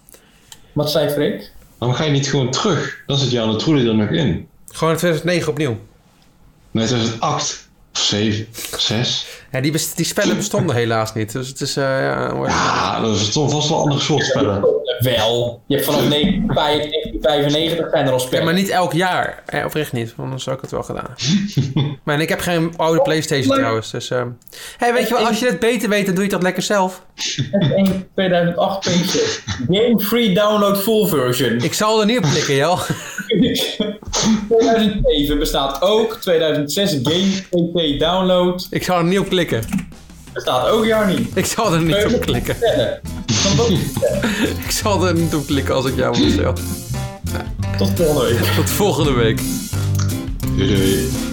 Speaker 2: Wat zei Freek?
Speaker 3: Waarom ga je niet gewoon terug? Dan zit Jan de Troele er nog in.
Speaker 1: Gewoon in 2009 opnieuw.
Speaker 3: Net als het 8 of 7 of 6.
Speaker 1: Ja, die, bes- die spellen bestonden helaas niet. Dus het is... eh, ja, hoor.
Speaker 3: Ja, dat is toch vast wel een ander soort spellen.
Speaker 2: Wel. Je hebt vanaf 1995 zijn er al
Speaker 1: Ja,
Speaker 2: spellen.
Speaker 1: maar niet elk jaar. Eh, oprecht niet, want dan zou ik het wel gedaan. hebben. maar en ik heb geen oude PlayStation trouwens. Dus, ehm. hey, weet je wel, als je het beter weet, dan doe je dat lekker zelf.
Speaker 2: F1 2008 Game free download full version.
Speaker 1: Ik zal er niet op klikken, Jel.
Speaker 2: 2007 bestaat ook. 2006 Game PC download.
Speaker 1: Ik zal er niet op klikken.
Speaker 2: Bestaat ook jaar niet.
Speaker 1: Ik zal er niet op klikken.
Speaker 2: Verder. Kan ook niet verder.
Speaker 1: Ik zal er niet op klikken als ik jou was, Jel.
Speaker 2: Tot volgende week.
Speaker 1: Tot volgende week.
Speaker 3: Doei doei.